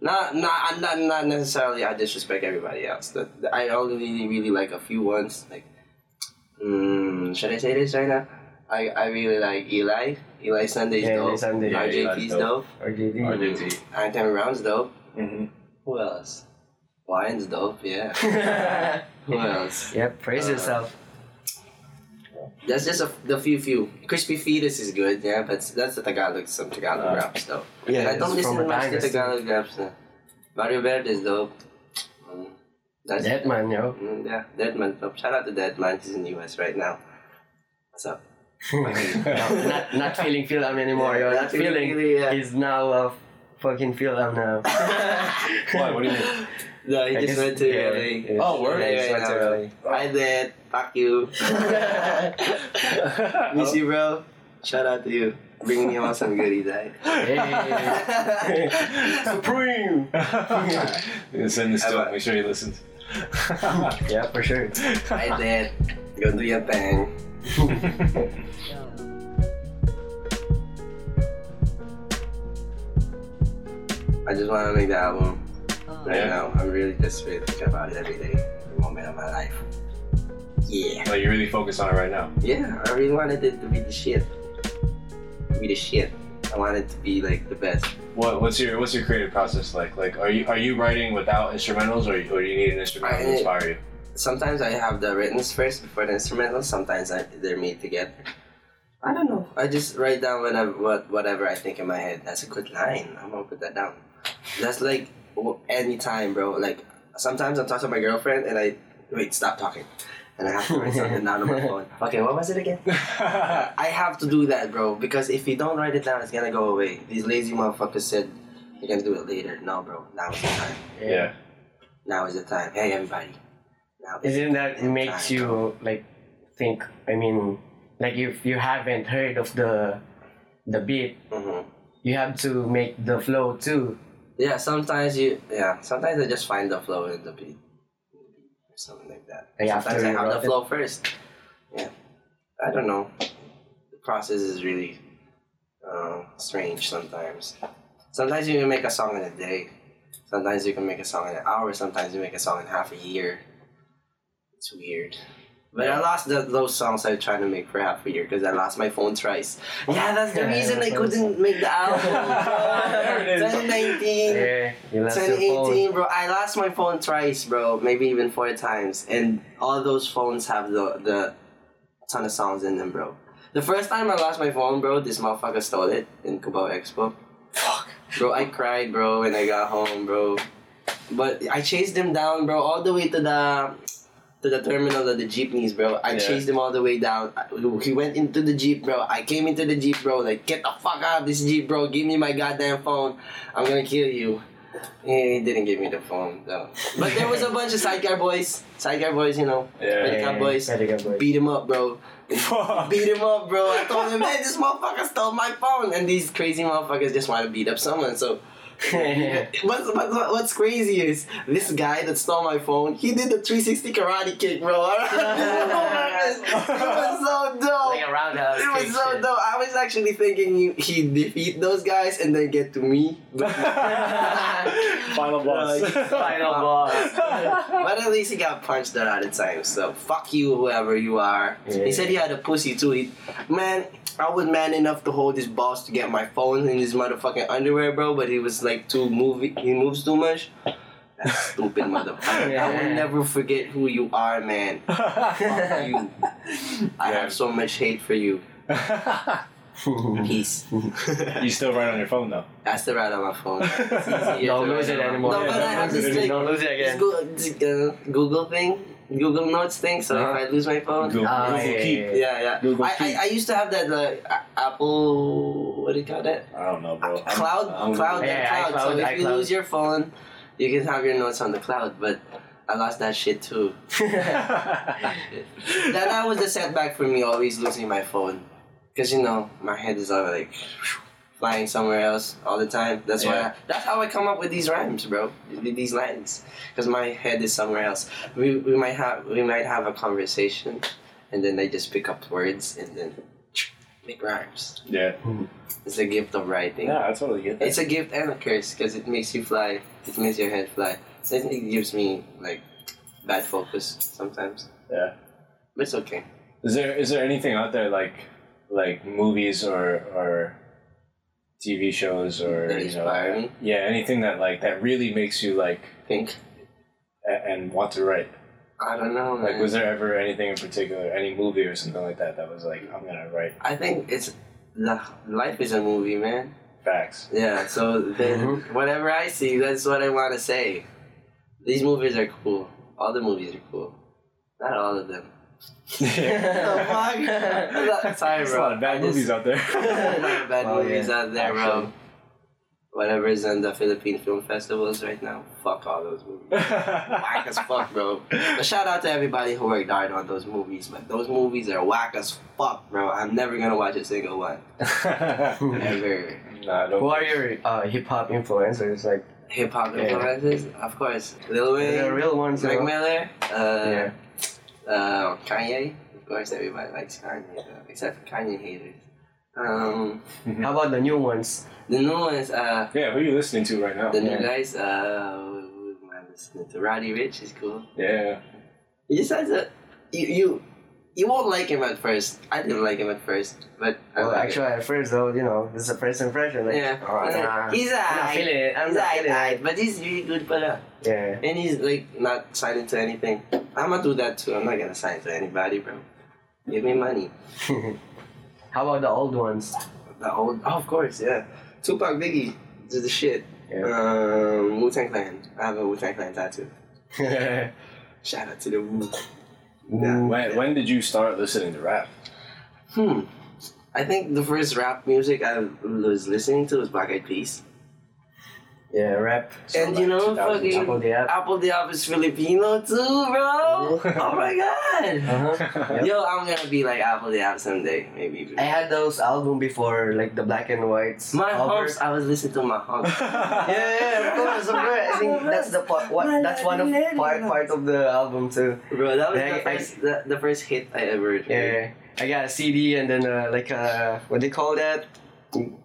Not, not, I'm not, not necessarily. I disrespect everybody else. That that I only really like a few ones. Like, mm, mm, should I say this right now? I, I really like Eli. Eli Sunday's
Yeah, Eli
dope.
Sunday. Yeah,
RJP's
Eli's
dope.
dope.
Or did you?
RJT.
Anthony Brown's dope.
Mm-hmm.
Who else? Wine's dope, yeah. Who else?
yep, praise
Uh,
yourself.
That's just a, the few few. Crispy Fetus is good, yeah, but that's the Tagalog, some Tagalog
Uh,
rap stuff.
Yeah,
I don't
it's
listen
from
much to
Batangas.
Tagalog rap stuff. Mario Verde is dope. Mm, That's
That man, yo.
Mm, yeah, Deadman. dope. Shout out to Deadman. He's in the US right now. What's up?
No, not, not feeling Phil Am anymore, yo.
Yeah,
Not feeling.
really, yeah.
He's now uh, fucking Phil Am now.
Why? What do you mean?
No, he
I
just
guess-
went to
yeah,
LA.
yeah.
Oh, word.
Yeah,
He
yeah,
just went
yeah.
to LA.
Hi there. Fuck you. Miss you, bro. Shout out to you. Bring me on some goodies, eh?
Hey.
Supreme. Send this to him. Make sure he listens.
Yeah, for sure.
Hi there. Go do your thing. I just want to make the album right
Yeah.
now. I'm really just really thinking about it every day, every moment of my life. Yeah.
Like Oh, you really focus on it right now.
Yeah, I really wanted it to be the shit. Be the shit. I wanted to be like the best.
What What's your What's your creative process like? Like, are you Are you writing without instrumentals, or, or do you need an instrumental to
I-
inspire you?
Sometimes I have the written first before the instrumental. Sometimes I, they're made together. I don't know. I just write down whatever what whatever I think in my head. That's a good line. I'm gonna put that down. That's like w- anytime, bro. Like sometimes I'm talking to my girlfriend and I wait, stop talking, and I have to write something down on my phone. Okay, what was it again? I have to do that, bro, because if you don't write it down, it's gonna go away. These lazy motherfuckers said you're gonna do it later. No, bro. Now is the time.
yeah.
Now is the time. Hey, everybody. Now is
Isn't that it makes you like think? I mean, like if you haven't heard of the the beat,
hmm
you have to make the flow too.
Yeah, sometimes you. Yeah, sometimes I just find the flow in the beat, something like that.
Like
sometimes
after
I
you
have the
wrote it?
flow first. Yeah, I don't know. The process is really uh, strange sometimes. Sometimes you can make a song in a day. Sometimes you can make a song in an hour. Sometimes you make a song in half a year. It's weird. But I lost the, those songs I was trying to make for half a year because I lost my phone thrice. Yeah, that's the
Yeah,
reason I
that's what it
couldn't make the album.
There it is.
2019.
Yeah, you lost your phone.
2018, bro. I lost my phone twice, bro. Maybe even four times. And all those phones have the the ton of songs in them, bro. The first time I lost my phone, bro, this motherfucker stole it in Cubao Expo.
Fuck.
Bro, I cried, bro, when I got home, bro. But I chased them down, bro, all the way to the to the terminal of the jeepneys, bro. I
Yeah.
chased him all the way down. I- He went into the jeep, bro. I came into the jeep, bro. Like, get the fuck out of this jeep, bro. Give me my goddamn phone. I'm gonna kill you. Eh, He didn't give me the phone, though. But there was a bunch of sidecar boys. Sidecar boys, you know.
Yeah.
Pedicab boys.
Pelican boys.
Beat him up, bro
Fuck.
beat him up, bro. I told him, man, this motherfucker stole my phone, and these crazy motherfuckers just want to beat up someone. So, what's what, what- what's crazy is this guy that stole my phone. He did the 360 karate kick, bro. Alright? it was so dope.
like a roundhouse.
It
kick
was so
shit.
dope. I was actually thinking he he defeat those guys and then get to me.
Final boss.
Final boss.
But at least he got punched a lot of times. So fuck you, whoever you are. He said he had a pussy too. He, man, I was man enough to hold his balls to get my phone in his motherfucking underwear, bro. But he was like too moving. He moves too much. That stupid motherfucker. I will
Yeah.
never forget who you are, man. Fuck you. I
Yeah.
have so much hate for you. Peace.
you still write on your phone though.
That's the right on my phone. It's easier
Don't
to
lose
write
it
on.
anymore.
No, but I
Don't
have
lose
this
it.
like,
Don't lose it
this
again.
Go- this, uh, Google thing, Google Notes thing. So
Uh-huh.
if I lose my phone,
Google,
Ah,
Google
yeah,
Keep.
yeah,
yeah, yeah.
Google
I, I,
Keep.
I used to have that like a- Apple. What do you call that?
I don't know, bro. Oh, I'm-
cloud,
I'm-
cloud,
Yeah,
yeah, cloud. So if
iCloud,
you
iCloud.
lose your phone, you can have your notes on the cloud. But I lost that shit too. that that was the setback for me. Always losing my phone, because you know my head is all like. Flying somewhere else all the time. That's why.
Yeah.
I- that's how I come up with these rhymes, bro. Th- These lines, because my head is somewhere else. We, we might have we might have a conversation, and then I just pick up words and then make rhymes.
Yeah.
It's a gift of writing.
Yeah, I totally get that.
It's a gift and a curse because it makes you fly. It makes your head fly. So it it gives me like bad focus sometimes.
Yeah.
But it's okay.
Is there is there anything out there like like movies or or TV shows or
That
you know,
inspire me?
yeah anything that like that really makes you like
Think.
a- and want to write?
I don't know.
Like
man.
was there ever anything in particular, any movie or something like that that was like I'm gonna write
I think it's la- life is a movie, man.
facts?
Yeah. So then
Mm-hmm.
whatever I see, that's what I want to say. These movies are cool. All the movies are cool. Not all of them. Sorry,
There's
bro.
a lot of bad
I
movies
just-
out there.
a lot of bad
Oh,
movies
yeah.
out there, bro.
Action.
Whatever's in the Philippine film festivals right now, fuck all those movies. whack as fuck, bro. But shout out to everybody who worked hard on those movies, but those movies are whack as fuck, bro. I'm never gonna watch a single one. Ever.
nah, don't.
Who are your uh, hip hop influencers? Like
Hip hop
Yeah.
influences? Of course. Lil
the
Wayne,
real ones. you
Mac
know?
Miller, uh,
Yeah.
uh, Kanye. Of course, everybody likes Kanye, though, except for Kanye haters. Um,
How about the new ones?
the new ones, uh,
Yeah, who are you listening to right now?
the new
Yeah.
guys, uh, who am I listening to? Roddy Rich is cool.
Yeah.
He just has a you you you won't like him at first. I didn't like him at first, but I
Well,
like
actually, at first though, you know, this is a first impression.
him.
Like,
yeah,
Oh, nah.
he's a
I'm not feeling it. I'm
he's
not feeling
a
it.
but he's really good fella,
Yeah.
and he's like not signed to anything. I'm gonna do that too. I'm not gonna sign to anybody, bro. Give me money.
How about the old ones?
The old, oh, of course, yeah. Tupac Biggie, this is the shit.
Yeah.
Um, Wu Tang Clan. I have a Wu Tang Clan tattoo.
yeah.
Shout out to the Wu.
When, when did you start listening to rap?
Hmm. I think the first rap music I was listening to was Black Eyed Peas.
Rap.
So,
And
like,
you know,
2000s.
fucking-
Apple the app.
Apple the Office Filipino too, bro. oh my god.
Uh huh. Yep.
Yo, I'm gonna be like Apple the App someday, maybe.
I had those album before, like the black and whites.
my
cover.
hopes. I was listening to my hopes.
Yeah, yeah, of course, of course. I think that's the part. What, that's one of part part of the album too.
bro, that was
Yeah,
the
I-
first the, the first hit I ever heard
Yeah, I got a CD and then uh, like uh, what they call that?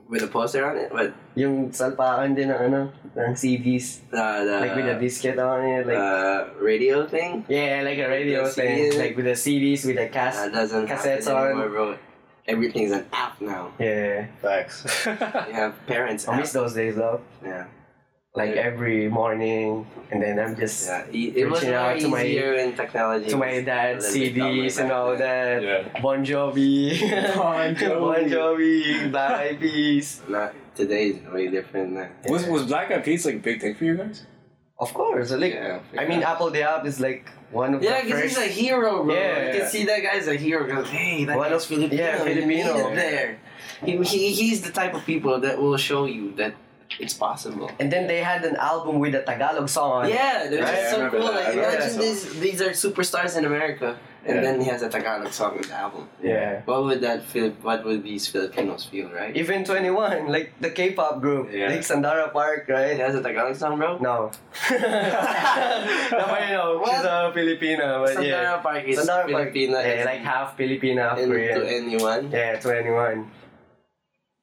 with a poster on it, but
Yung salpaan din ng ano, ng CDs,
uh, the
like with a disket on it, like
uh, radio thing
yeah, like a radio
the
thing,
CD.
like with the CDs with the
uh,
cast.
doesn't
Cassettes
happen
on.
anymore, bro. Everything's an app now.
Yeah,
Facts.
You have parents.
I Oh, miss
apps.
those days though.
Yeah,
Like every morning, and then I'm just
yeah. e- It, it was
Reaching
more
out to my-
easier in technology.
to my
was
dad
a little bit dumber
CDs and
back
all
then.
that.
yeah.
Bon Jovi,
Bon Jovi.
Bon Jovi, Black Eyed Peas.
Not today is way different now.
Was was Black Eyed Peas like a big thing for you guys?
Of course, like
Yeah.
I mean, Apple the app is like one of
Yeah,
the
because
first.
he's a hero, bro.
Yeah,
you
yeah.
can see that guy's a hero. Because hey, that
One of-
guy's Filipino.
yeah,
you
Filipino.
need it there. He, he, he's the type of people that will show you that it's possible.
and then they had an album with a Tagalog song. on it.
Yeah, they're
Right, I
just so
remember
cool.
that. I
Like,
remember
imagine
that
these these are superstars in America, and
Yeah.
then he has a Tagalog song with the album.
yeah.
What would that feel? What would these Filipinos feel, right?
Even 21, like the K-pop group,
Yeah.
like Sandara Park,
He
right?
has a Tagalog song, bro.
No. Nobody know. She's a Filipino, but yeah.
Sandara Park is
Sandara Park,
Filipino.
yeah,
is
like half Filipino, half
into
Korean.
anyone.
Yeah, 21.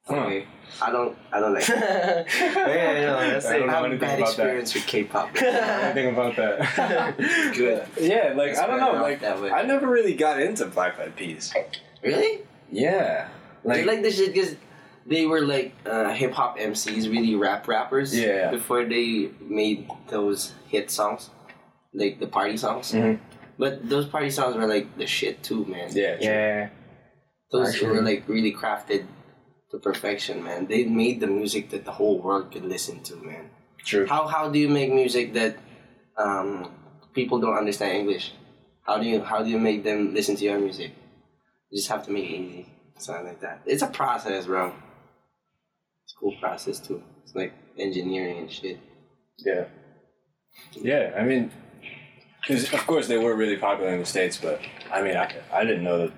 Okay, I don't. I don't like.
yeah, you know, that's
I
it.
don't know
I have a
anything
bad
about that.
experience with K-pop.
Anything about that?
Good.
yeah, like I don't know. Like
That way.
I never really got into Black Eyed Peas.
Really?
Yeah.
Like, like this shit because they were like uh, hip hop MCs, really rap rappers.
Yeah.
Before they made those hit songs, like the party songs.
Mhm.
But those party songs were like the shit too, man.
yeah. true.
Yeah.
Those
Actually.
were like really crafted to perfection, man. They made the music that the whole world could listen to, man.
True.
How how do you make music that um, people don't understand English? How do you how do you make them listen to your music? You just have to make it easy, something like that. It's a process, bro. It's a cool process too. It's like engineering and shit.
Yeah. Yeah, I mean, 'cause of course they were really popular in the states, but I mean, I, I didn't know that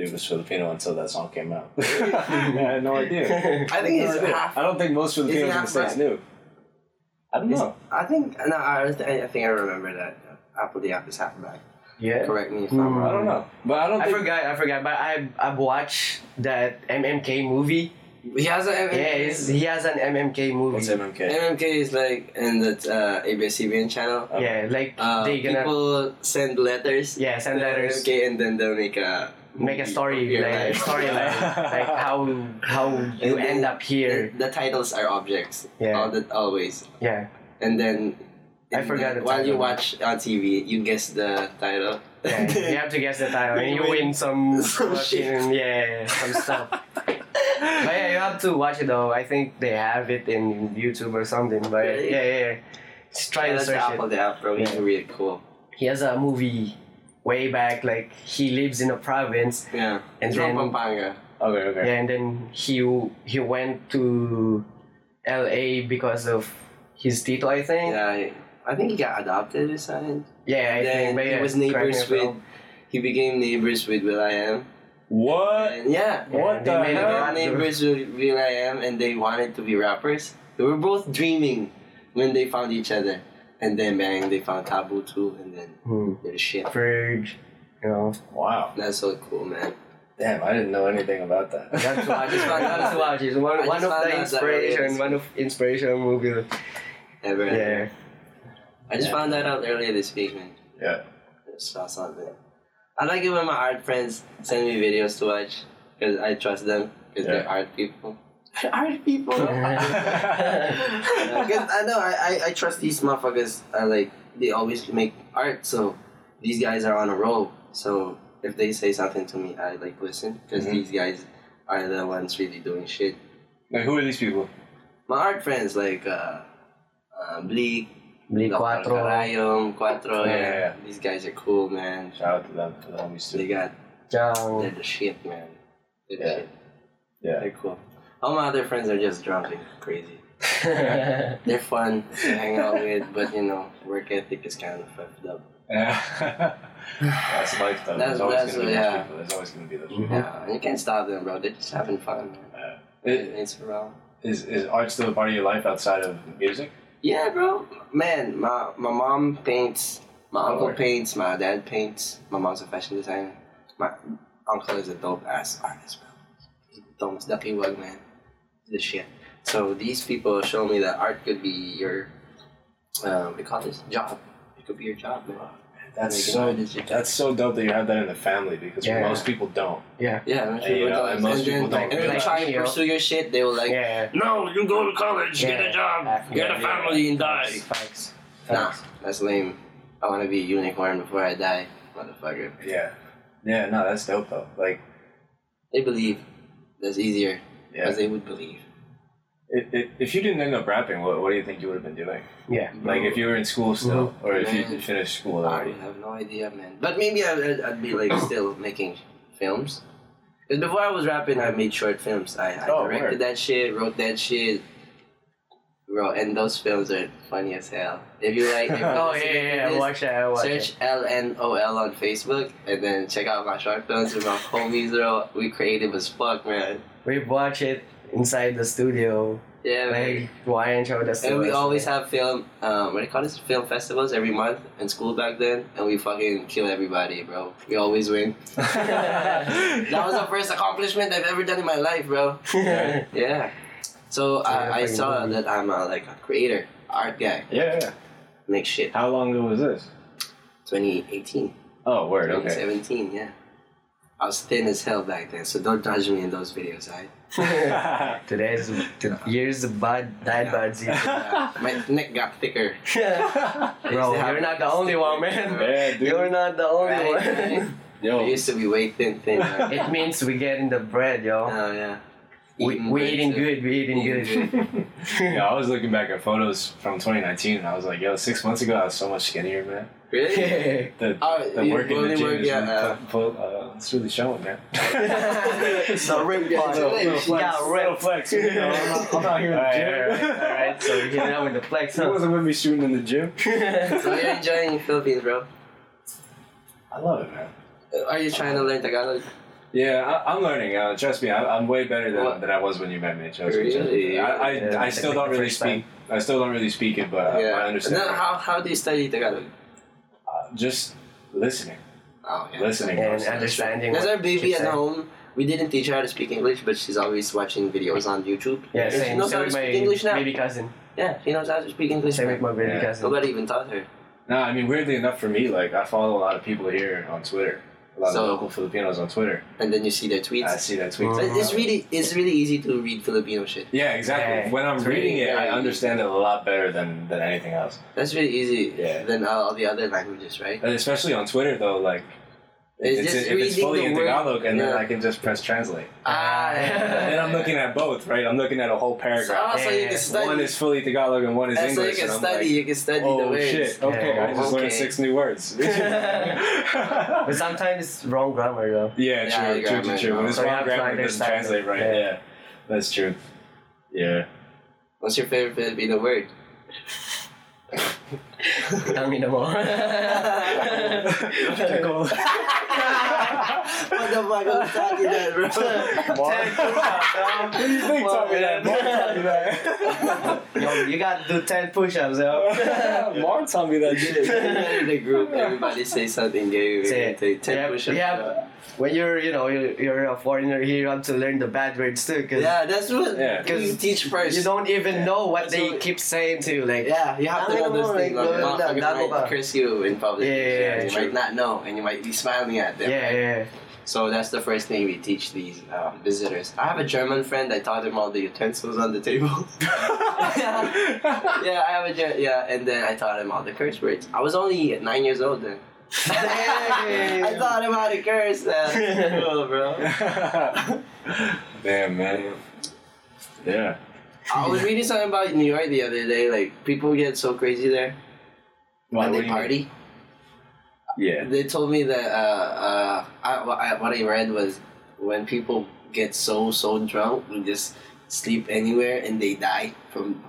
it was Filipino until that song came out. I had no idea.
I think
No
it's
idea.
half.
I don't think most Filipinos in the
half
states
black?
knew. I don't
Is-
know.
I think no, I, I think I remember that. Apple the app is half black.
Yeah.
Correct me if I'm
Hmm.
I
wrong.
don't know, but I don't
I
think.
forgot, I forgot, but I I've watched that MMK movie.
He has a MMK.
Yeah, he's, he has an MMK movie.
What's MMK?
MMK is like in the uh, ABS-CBN channel.
Yeah, like
Uh,
they gonna
people send letters.
yeah send letters.
Okay, and then they'll make a
make a story,
Yeah,
like a
right.
storyline, like how how you
And then-
end up here.
The titles are objects.
Yeah.
All the, always.
Yeah,
And then.
I
and
forgot the
then While you
title.
watch on TV, you guess the title.
yeah. you have to guess the title, and you win some
Some shit.
fucking- yeah, some stuff. But yeah, you have to watch it though. I think they have it in YouTube or something. But yeah,
Really?
yeah, yeah. Just try to
That's the
search
Apple
it.
the app, bro.
Yeah.
It's really cool.
He has a movie way back. Like he lives in a province,
Yeah.
And
It's from
then-
Pampanga.
Okay, okay.
yeah, and then he he went to L.A. because of his tito, I think.
Yeah. I- I think he got adopted or something.
Yeah, I
And
think.
then
But
he
yeah,
was
correct me
neighbors
if I'm
with-
wrong.
He became neighbors with Will I Am.
What?
And yeah.
Yeah,
What
they
the
made a
hell?
Our
rap group.
neighbors were real I am and they wanted to be rappers. They were both dreaming when they found each other. And then bang they found Taboo too and then
Hmm.
they're shit.
Verge, you know.
Wow.
That's so cool man.
Damn, I didn't know anything about that.
That's why I just found out to watch. It's
I
one,
just
one of
found out
the
that
inspiration,
earlier.
one of inspiration movie.
Ever.
Yeah.
I just found that out earlier this week man.
Yeah.
I just saw something. I like it when my art friends send me videos to watch because I trust them because
Yeah.
they're art people. art people.
yeah.
Because I know I, I, I trust these motherfuckers. I like they always make art, so these guys are on a roll. So if they say something to me, I like listen because
Mhm.
these guys are the ones really doing shit.
Like, who are these people?
My art friends like uh, uh, Bleak,
Bleak Quattro.
Rayom, Quattro.
Yeah,
Yeah,
yeah, yeah.
these guys are cool, man.
Shout out to them, to the homies
They
too.
got they're
Jung.
the shit, man. They're the
Yeah.
shit.
Yeah.
They're cool. All my other friends are just drunk and crazy.
yeah,
They're fun to hang out with, but you know, work ethic is kind of fucked up.
that's life
That's-
though. There's always
that's-
gonna be
yeah.
those people. There's always gonna be those
Mhm.
people.
Yeah, and you can't stop them, bro. They're just having fun. Man.
Uh,
It-
i-
It's around.
is, is art still a part of your life outside of music?
Yeah, bro. Man, my my mom paints. My
Oh,
uncle
word.
paints. My dad paints. My mom's a fashion designer. My uncle is a dope ass artist, bro. He's the dumbest ducky wug, man. He's The shit. So these people show me that art could be your, um, we call this job. It could be your job, man.
That's
Making
so
art is your job.
that's so dope that you have that in the family because
Yeah.
most people don't.
Yeah, most
And, you
people
know,
don't.
and most
And then-
people don't
And if you
realize.
try and pursue your shit, they will like,
yeah.
no, you go to college, get
Yeah.
a job, get a
Yeah.
family, and die.
Facts.
Nah,
Facts.
that's lame. I want to be a unicorn before I die, motherfucker.
Yeah. Yeah, no, that's dope though. Like
They believe. That's easier
yeah.
because they would believe.
I i if you didn't end up rapping, what, what do you think you would have been doing?
Yeah.
Like if you were in school still, or if you
Man.
finished school
I
already.
have no idea, man. But maybe I, I'd, I'd be like still making films. 'Cause before I was rapping, I made short films. I, I
Oh,
directed
word.
that shit, wrote that shit. Bro, and those films are funny as hell. If you like, if you're
Oh yeah,
listening to
yeah, yeah.
this,
Watch that. Watch
Search L N O L on Facebook and then check out my short films with my homies, bro. We creative as fuck, man.
it. We watch it inside the studio.
Yeah, man.
Like why and show the studio.
And we always have film, um, what do you call this? Film festivals every month in school back then, and we fucking kill everybody, bro. We always win. That was the first accomplishment I've ever done in my life, bro.
yeah.
Yeah. So
Yeah,
I, I
fucking
saw
movie.
that I'm a, like a creator, art guy,
yeah, yeah.
make shit.
How long ago was this?
2018,
Oh, word. Okay.
2017, yeah. I was thin as hell back then, so don't judge me in those videos, alright?
Today's the year's bad dad bad season.
Yeah, my neck got thicker.
Bro, you're not the only one, man.
yeah, dude.
You're not the only
Right, right.
one.
Yo,
I used to be way thin, thin. Right?
it means we getting the bread, yo.
oh yeah.
We we
way
eating
too-
good. We eating good.
Yeah, I was looking back at photos from 2019, and I was like, "Yo, six months ago, I was so much skinnier, man.
Really?
The,
Oh,
the
you
work in the
really
gym
work,
is
yeah,
really
uh,
fu- fu- uh, it's really showing, man.
so ripped
Yeah,
part.
so ripped.
She got ripped.
flex. You know, I'm, not, I'm not here in the
Alright,
gym.
alright, alright, so we hit it out with the flex,
He
huh?
wasn't with me shooting in the gym.
So you're enjoying the Philippines, bro?
I love it, man.
Are you trying to learn Tagalog?
Yeah, I, I'm learning. Uh, trust me, I, I'm way better than,
What?
than I was when you met me. Trust me, trust me.
Really?
I, I,
Yeah,
I still
like
don't
the
really
first
speak. I still don't really speak it, but uh, I understand.
Now, how, how do you study Tagalog?
Uh, just listening,
Oh, yeah.
listening.
And
mostly.
understanding.
There's
what
our baby
kids
at
say.
home. We didn't teach her how to speak English, but she's always watching videos on YouTube.
Yeah,
she
same.
knows
Same
how to
with my
speak English now.
baby cousin.
Yeah, she knows how to speak English.
Same with my baby
Yeah.
cousin.
Nobody even taught her.
No, I mean weirdly enough for me, like I follow a lot of people here on Twitter. a lot
So-
of local Filipinos on Twitter.
and then you see their tweets.
I see their tweets.
But It's really it's really easy to read Filipino shit.
Yeah, exactly.
Yeah.
When I'm
It's
reading
really
it, I
very-
understand it a lot better than, than anything else.
That's really easy
Yeah.
than all the other languages, right?
And especially on Twitter, though, like,
It's
if it's,
just
if it's
reading
fully
the
in
word.
Tagalog, and then
Yeah.
I can just press translate.
Ah,
And then I'm looking at both, right? I'm looking at a whole
so,
paragraph.
ah, so
Yeah.
you can study.
One is fully Tagalog and one is
and so you
English.
can
and I'm
study.
like,
you can study the
oh
words.
shit! Okay, I just
Okay.
learned six new words.
But
yeah,
sometimes it's wrong grammar though.
Yeah,
true,
the
true, true,
grammar,
true. When it's
so you
wrong
have to
grammar, it doesn't
understand
translate
it.
right.
Yeah.
Yeah, that's true. Yeah.
What's your favorite Filipino word?
Tangin na mo.
What the fuck are you talking that, bro?
What do you think,
Well,
Tommy?
yeah.
That Mark
Yo, you gotta do 10 push-ups, yo.
told me that. Mark told me that
Shit,
shit.
in the group, everybody say something gay.
Say it.
Take ten
Yep,
push-ups.
yep. When you're, you know, you're, you're a foreigner here, you have to learn the bad words too, cause
Yeah, that's what
Yeah.
you teach first.
you don't even know what they
So-
keep saying to you, like.
Yeah, you have to
Tangin
know
na
those
mo,
things.
like,
Like,
blah, blah,
motherfuckers
blah, blah,
might
blah.
curse you in public.
Yeah, yeah, yeah,
You
true.
might not know, and you might be smiling at them.
Yeah, yeah.
So that's the first thing we teach these um, visitors. I have a German friend. I taught him all the utensils on the table. yeah, I have a Ger- yeah, and then I taught him all the curse words. I was only nine years old then. I
Damn.
taught him how to curse. That's cool, bro.
Damn, man. Yeah.
I was reading something about New York the other day. Like people get so crazy there
Why,
when
what
they
do you-
party.
Yeah.
They told me that uh, uh, I, what I- what I read was when people get so so drunk and just sleep anywhere and they die from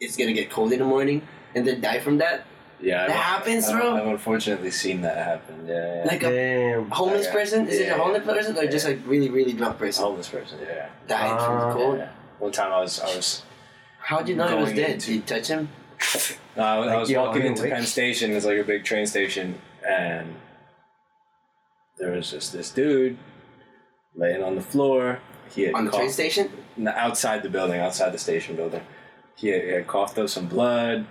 it's gonna get cold in the morning and then die from that.
Yeah.
That
I've-
happens,
I've-
bro.
I've unfortunately seen that happen. Yeah. yeah.
Like a
Damn.
homeless
Oh, Yeah.
person? Is it
Yeah.
a homeless person or just like really really drunk person
homeless person. Yeah.
died from the
Ah.
cold?
yeah. One time I was I was
How'd you know he was
Going
dead?
into-
Did you touch him?
No, I was, I was
yeah,
walking
I'm
into
awake.
Penn Station. It's like a big train station, and there was just this dude laying on the floor. He had
On the train
coughed-
station?
no, outside the building, outside the station building. He had, he had coughed up some blood,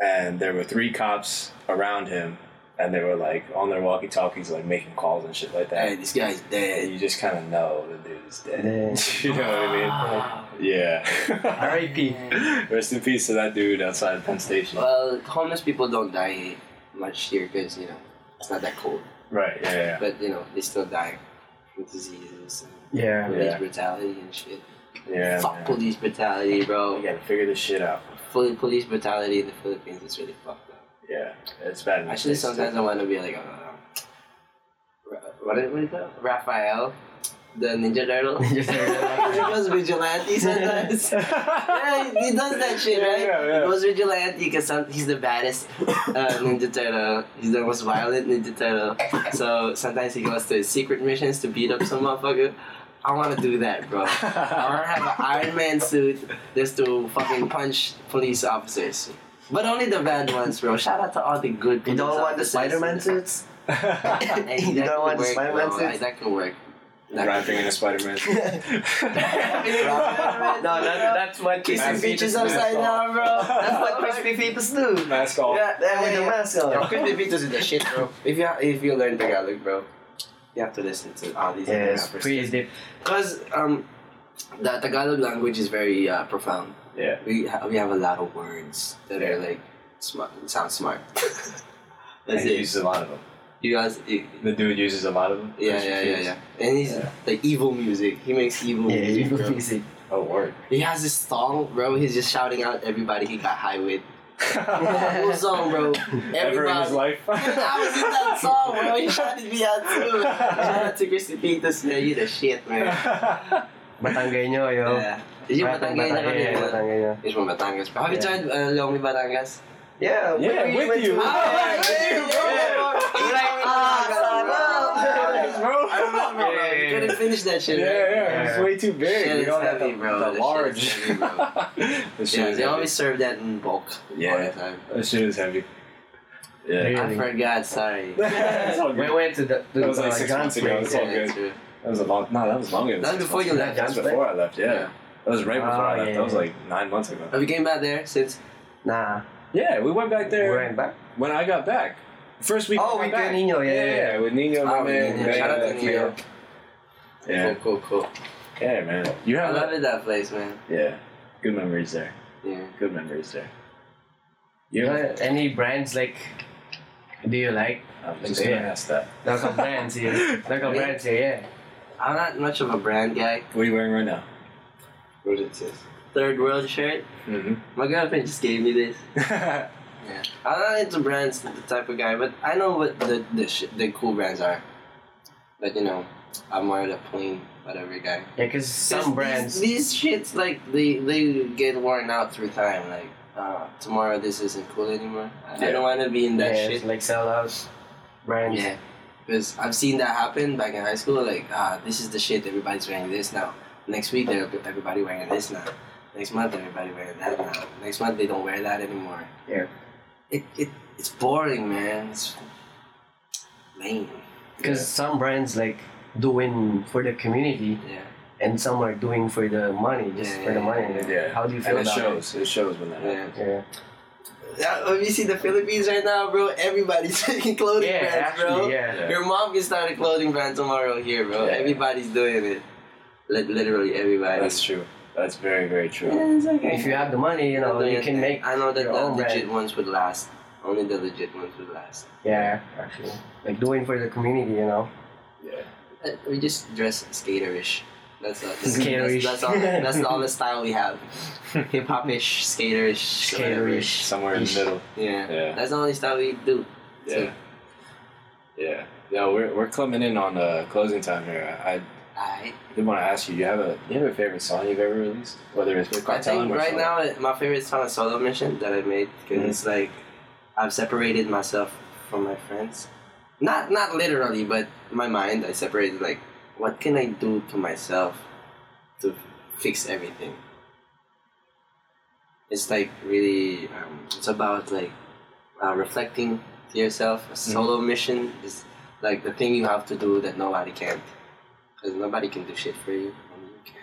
and there were three cops around him, and they were like on their walkie talkies, like making calls and shit like that.
Hey, this guy's
And
dead.
you just kind of know the dude's dead.
Damn.
you know what
Ah.
I mean? Yeah.
R.I.P.
Rest in peace to that dude outside Penn Station.
Well, homeless people don't die much here because, you know, it's not that cold.
Right. Yeah. yeah.
But, you know, they still die from diseases and
Yeah.
Yeah.
police brutality and shit.
Yeah.
Fuck
man.
police brutality,
We
bro.
gotta figure this shit out.
Fully police brutality in the Philippines is really fucked up.
Yeah. It's bad. in the
Actually,
States,
sometimes I want to be like, uh, Ra- what is, what is that? Raphael, the Ninja Turtle.
Ninja Turtle.
he goes vigilante sometimes. yeah, he, he does that shit,
Yeah,
right?
yeah, yeah.
He goes vigilante because he's the baddest uh, Ninja Turtle. He's the most violent Ninja Turtle. So sometimes he goes to his secret missions to beat up some motherfucker. I want to do that, bro. I want to have an Iron Man suit just to fucking punch police officers. But only the bad ones, bro. Dude, Shout out to all the good
You
police
don't want the
officers.
Spider-Man suits?
too.
Hey,
You
that
don't
could
want the
work,
Spider-Man
bro.
suits?
That could work. That
Rapping in a Spider Man.
no, that, that's what
Kissing
crispy
bitches
fetus do.
upside down, bro.
That's what crispy fetus do.
Mask off.
Yeah,
Yeah, with the mask on.
Yo, Crispy Beatles is the shit, bro. If you if you learn Tagalog, bro, you have to listen to all these other
Yes,
rappers.
please dip.
Because um, the Tagalog language is very uh, profound.
Yeah.
We ha- we have a lot of words that are like smart, sound smart.
And
That's
he
it.
uses a lot of them.
You guys, you,
The dude uses a lot of them.
yeah,
Rest in
yeah, yeah,
peace.
yeah. And he's
Yeah.
like evil music. He makes evil
Yeah,
music.
you
bro.
can see.
Oh, word.
He has this song, bro. He's just shouting out everybody he got high with. Whole song, bro. Everybody.
Ever in his life.
I was in that song, bro. He shouted me out too. Shout out to Christy Peters, man. You the shit, man.
Batanggenyo, yo.
Yeah. Did you Batangas na
Batanggenyo, yeah,
kanina?
Batanggenyo.
He's from Batangas. Bro. Have you
Yeah.
tried uh, Lonely Batangas?
Yeah, Ah,
Yeah,
we
with
went
you.
to-
Oh,
Yeah,
with you,
yeah,
bro.
yeah. We're like, ah,
Yeah.
son,
bro.
I remember, bro. You couldn't finish that
Yeah,
shit, right?
yeah, it's way too big.
Shit
we
is
don't have
heavy,
the,
bro.
the
That
large.
shit is heavy,
The shit
Yeah,
is
they
heavy.
always serve that in bulk all the
Yeah.
time.
That shit is heavy. Yeah.
I forgot, sorry.
It's all
We
good.
went to the, to
That was like
the
six months
dance
ago.
place.
It's all
Yeah,
good.
that's true.
That was a long. No, that was longer. than
That was
six
before
months
you
ago.
left,
That was
right?
before I left. Yeah,
Yeah. Ah,
that was right before I
Oh,
left.
yeah,
That was
yeah.
like nine months ago.
Have you came back there since?
Nah,
Yeah, we went back
we
there
went back.
when I got back. first week.
Oh,
we
we
got
did Nino, yeah,
yeah,
yeah, yeah.
with Nino.
Oh,
my man,
Nino. Shout out to
yeah,
Nino.
Yeah,
Cool, cool, cool.
yeah, man. You
I
have
love it that place, man.
yeah, good memories there.
Yeah.
Good memories there.
You
You
know,
have
any brands like do you like?
I was just gonna ask that.
Like a brands here. Like a
Me?
brands here, yeah.
I'm not much of a brand guy.
What are you wearing right now?
What is this? Third world shirt.
Mm-hmm.
My girlfriend just gave me this. Mm-hmm. Yeah. I'm not into brands, the type of guy, but I know what the the, sh- the cool brands are. But you know, I'm more of the plain whatever guy.
Yeah, cause
Just
some
these-
brands
These, shits like they they get worn out through time. Like uh, tomorrow, this isn't cool anymore. I, I
Yeah.
don't want to be in that
yeah,
shit.
like sell out brands.
Yeah, because I've seen that happen back in high school. Like, ah, this is the shit. Everybody's wearing this now. Next week, they're everybody wearing this now. Next month, everybody wearing that now. Next month, they don't wear that anymore.
Yeah.
It, it it's boring, man. It's lame.
Because some brands like doing for the community
Yeah.
and some are doing for the money, just
Yeah,
for the
yeah,
money.
yeah.
Yeah.
How do you feel
And it
about
shows. It shows when that
Yeah.
happens.
it? Yeah.
Yeah, When you see the Philippines right now, bro, everybody's taking clothing
yeah,
brands, bro.
actually, yeah.
Yeah.
Your mom can start a clothing brand tomorrow here, bro.
Yeah.
Everybody's doing it. Like, literally everybody.
That's true. That's very very true.
Yeah, it's okay.
If you have the money, you know,
Other
you
than
can
that,
make
I know that
your
the
own
legit
brand.
ones would last. Only the legit ones would last.
Yeah, actually. Like doing for the community, you know.
Yeah.
Uh, We just dress skaterish. That's all. That's,
Skaterish.
That's, that's all. That's all the style we have. Hip hopish, skaterish, whatever.
Skaterish.
Somewhere in the middle.
Yeah.
Yeah.
That's the only style we do.
Yeah. Yeah. No, we're we're coming in on uh, closing time here. I, I
I,
did want to ask you. You have a you have a favorite song you've ever released, whether it's with
I
Cartel
think
or
right
solo?
now it- my favorite song is Solo Mission that I made because
Mhm.
it's like I've separated myself from my friends. Not not literally, but my mind I separated like what can I do to myself to fix everything. It's like really um, it's about like uh, reflecting to yourself. A solo mission is like the thing you have to do that nobody can, because nobody can do shit for you. Only you can,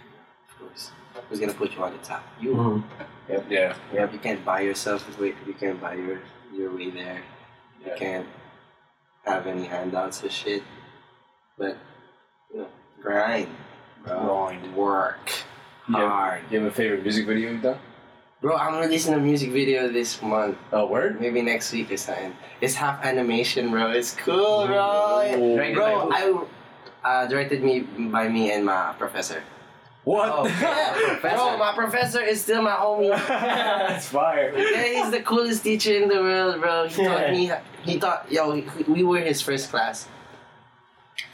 of course. Who's gonna put you on the top? You.
Mhm.
Yeah.
You can't buy yourself the way. You can't buy your your way there. You
Yeah.
can't have any handouts or shit. But you know, grind, bro.
Grind.
work
Yeah.
hard,
You have a favorite music video you've done?
bro. I'm releasing a music video this month.
Oh, word.
Maybe next week or something. It's half animation, bro. It's cool, bro.
Right.
Bro, I uh, directed me by me and my professor.
What?
Oh,
Yeah, bro, my professor is still my homie.
That's fire.
yeah, he's the coolest teacher in the world, bro. He taught me. He taught yo. we- We were his first class.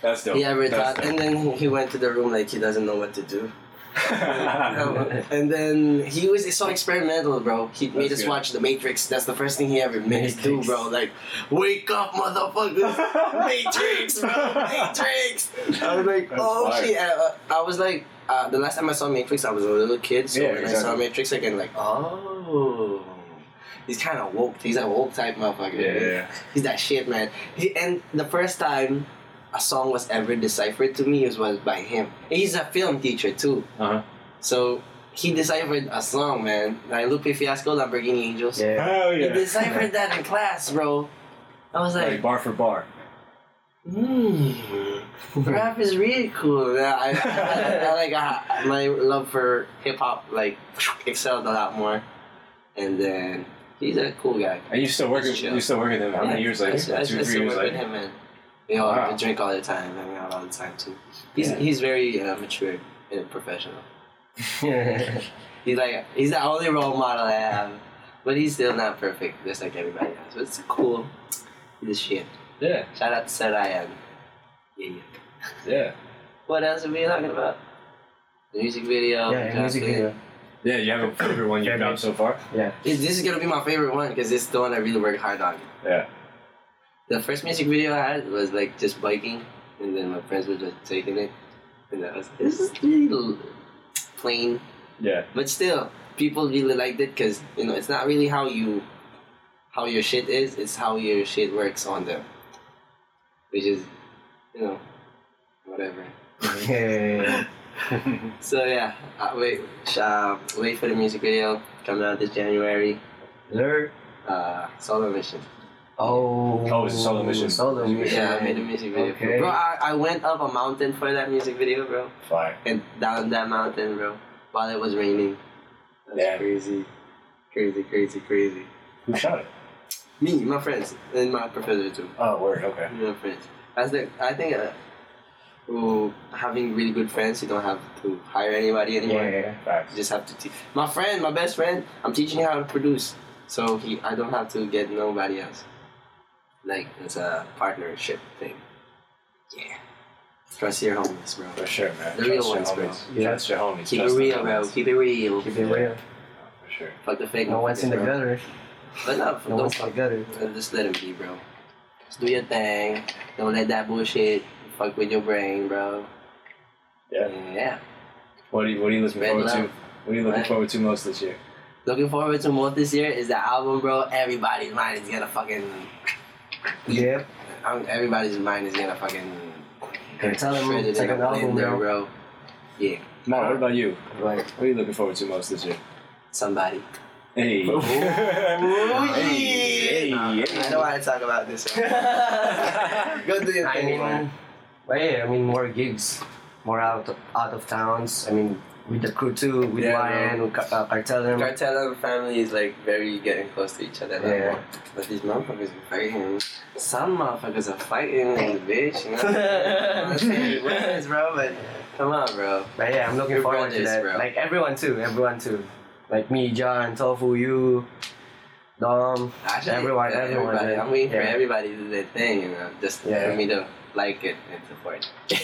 That's dope.
He ever
That's
taught, and then he went to the room like he doesn't know what to do. and then he was so experimental, bro. He made
That's
us
good.
watch The Matrix. That's the first thing he ever made us do,
Matrix.
bro. Like, wake up, motherfuckers! Matrix, bro, Matrix. I was like,
That's
oh
fire.
shit! I, uh, I was like, uh, the last time I saw Matrix, I was a little kid. So
Yeah,
when I saw
exactly.
Matrix again, like, oh, he's kind of woke. He's a woke type motherfucker.
Yeah, yeah.
He's that shit, man. He, and the first time a song was ever deciphered to me was, was by him. And He's a film teacher too.
Uh huh.
So he deciphered a song, man. Like Lupe Fiasco, Lamborghini Angels.
Yeah.
Hell
He deciphered that in class, bro. I was
Like
like,
bar for bar.
hmm, rap is really cool. Yeah, I, I, I, I like I, my love for hip hop like excelled a lot more. And then he's a cool guy.
And you still working?
That's chill.
You still working them? How many years later?
I, I, I
Two,
still
three years
work with
later.
him, man. We all
Wow.
drink all the time, hang out all the time too. He's
Yeah.
he's very uh, mature and professional.
Yeah.
He's like he's the only role model I have, but he's still not perfect, just like everybody else. But it's cool. He's a shit.
Yeah,
Shout out to Sarayan. Yeah, yeah.
yeah,
What else are we talking about? The music video.
yeah,
Johnson.
music video.
yeah. You have a favorite one you've
Favorite.
done so far?
This this is gonna be my favorite one because this is the one I really worked hard on.
Yeah.
The first music video I had was like just biking, and then my friends were just taking it, and I was this is really l- plain,
Yeah,
but still people really liked it because you know it's not really how you how your shit is, it's how your shit works on them, which is you know whatever.
Yeah. yeah.
So yeah, uh, wait, sh- uh, wait for the music video coming out this January.
Lure.
Uh, solo mission.
Oh.
Oh, it's a solo mission.
Solo
Yeah,
mission.
Yeah, I made a music video. for-
Okay.
Bro, I, I went up a mountain for that music video, bro.
Fire.
And down that mountain, bro, while it was raining. That's
Damn.
crazy. Crazy, crazy, crazy.
Who shot it?
Me, my friends, and my professor too.
Oh, word. Okay.
My friends. That's the, I think uh, who, having really good friends, you don't have to hire anybody anymore.
Yeah.
Facts.
You just have to teach. My friend, my best friend, I'm teaching him how to produce, so he, I don't have to get nobody else. Like it's a partnership thing. Yeah. Trust your homies, bro.
For sure, man.
The
Trust
real
your
ones, bro.
homies.
Yeah.
Trust your homies.
Keep it
Trust the
real, bro.
homies.
Keep it real.
Keep it real.
For sure.
Fuck the fake.
No one's in the
motherfuckers, bro.
gutter.
But no,
No
don't
one's in
fuck.
the gutter.
Uh, Just let it be, bro. Just do your thing. Don't let that bullshit fuck with your brain, bro.
Yeah.
Yeah.
What are you What are you looking
Spread
forward
love.
to? What are you looking
Right.
forward to most this year?
Looking forward to more this year is the album, bro. Everybody's mind is gonna fucking
Yep.
I'm, everybody's mind is gonna fucking
Tell them
shred it
take
in a
an album,
blender,
bro.
bro. Yeah,
Matt, what about you?
Like,
What are you looking forward to most this year?
somebody.
Hey. hey.
Nah, Um, I don't want to talk about this. Go do your
I
thing,
mean,
man.
well, yeah, I mean, more gigs, more out of, out of towns. I mean, with the crew too, with
Yeah,
Ryan, with Car- uh, Cartellum.
Cartel and family is like very getting close to each other. now.
Yeah.
But these motherfuckers are fighting. Some motherfuckers are fighting in the bitch. You know? I'm not saying words, bro, but come on, bro.
But yeah, I'm looking
Your
forward to
brothers,
that.
bro.
Like everyone too, everyone too. Like me, John, Tofu, you, Dom,
Actually,
everyone,
yeah,
everyone.
everybody.
man.
I'm waiting for
Yeah.
everybody to do their thing, you know, just
Yeah.
for me to like it and
I
support.
mean,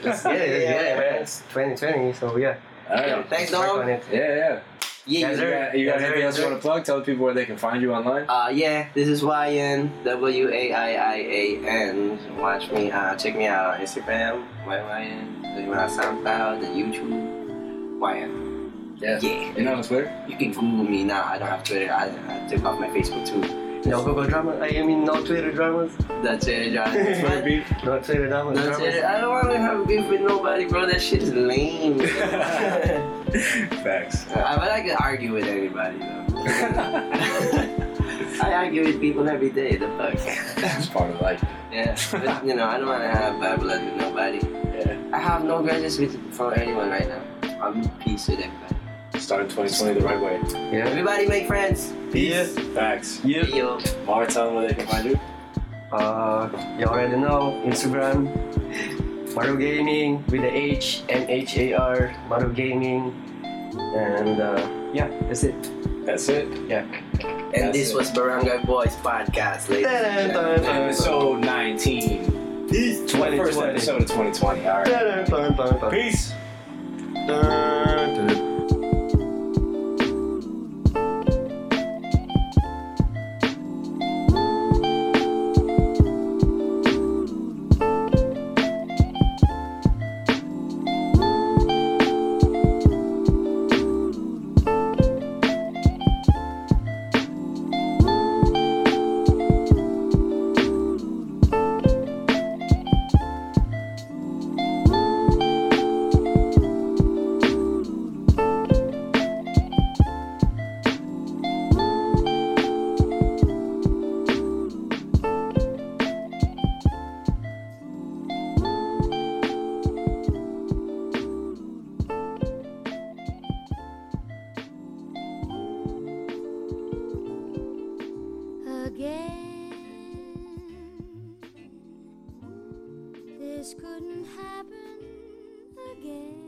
it's- yeah, it's- yeah, man. It's 2020, so yeah.
All
Yeah,
right.
Thanks,
work
Dom.
on it.
Yeah, yeah.
Yeah,
Yes,
you
sir.
You got, you got
Yeah,
anything
yeah,
else you
yeah.
want to plug? Tell the people where they can find you online.
Uh, yeah, this is YN W-A-I-I-A-N. Watch me, uh, check me out on Instagram, YYN. Check me out on SoundCloud and YouTube, YN.
Yeah.
Yeah.
You know on Twitter?
You can Google me now. I don't have Twitter. I, I took off my Facebook too.
No Google drama. I mean, no Twitter dramas.
That's it, John.
No Twitter dramas.
That's
dramas.
it. I don't want to have beef with nobody, bro. That shit is lame. uh,
Facts.
but I can argue with anybody, though. I argue with people every day. The fuck.
That's part of life.
Yeah, but, you know, I don't want to have bad blood with nobody.
Yeah.
I have no grudges with from anyone right now. I'm at peace with everybody.
Starting 2020 the right way.
Yeah.
Everybody make friends.
Peace. Facts.
Yeah. Yo.
Mara, tell them where they can find you.
Uh, you already know Instagram. Maru Gaming with the H M H A R Maru Gaming, and uh, yeah, that's it.
That's it.
Yeah.
And
That's
this
it.
was Barangay Boys podcast, ladies. and gentlemen.
Episode 19.
Peace.
First episode of 2020. All right. Peace.
again. This couldn't happen again.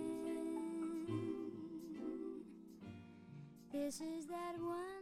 This is that one.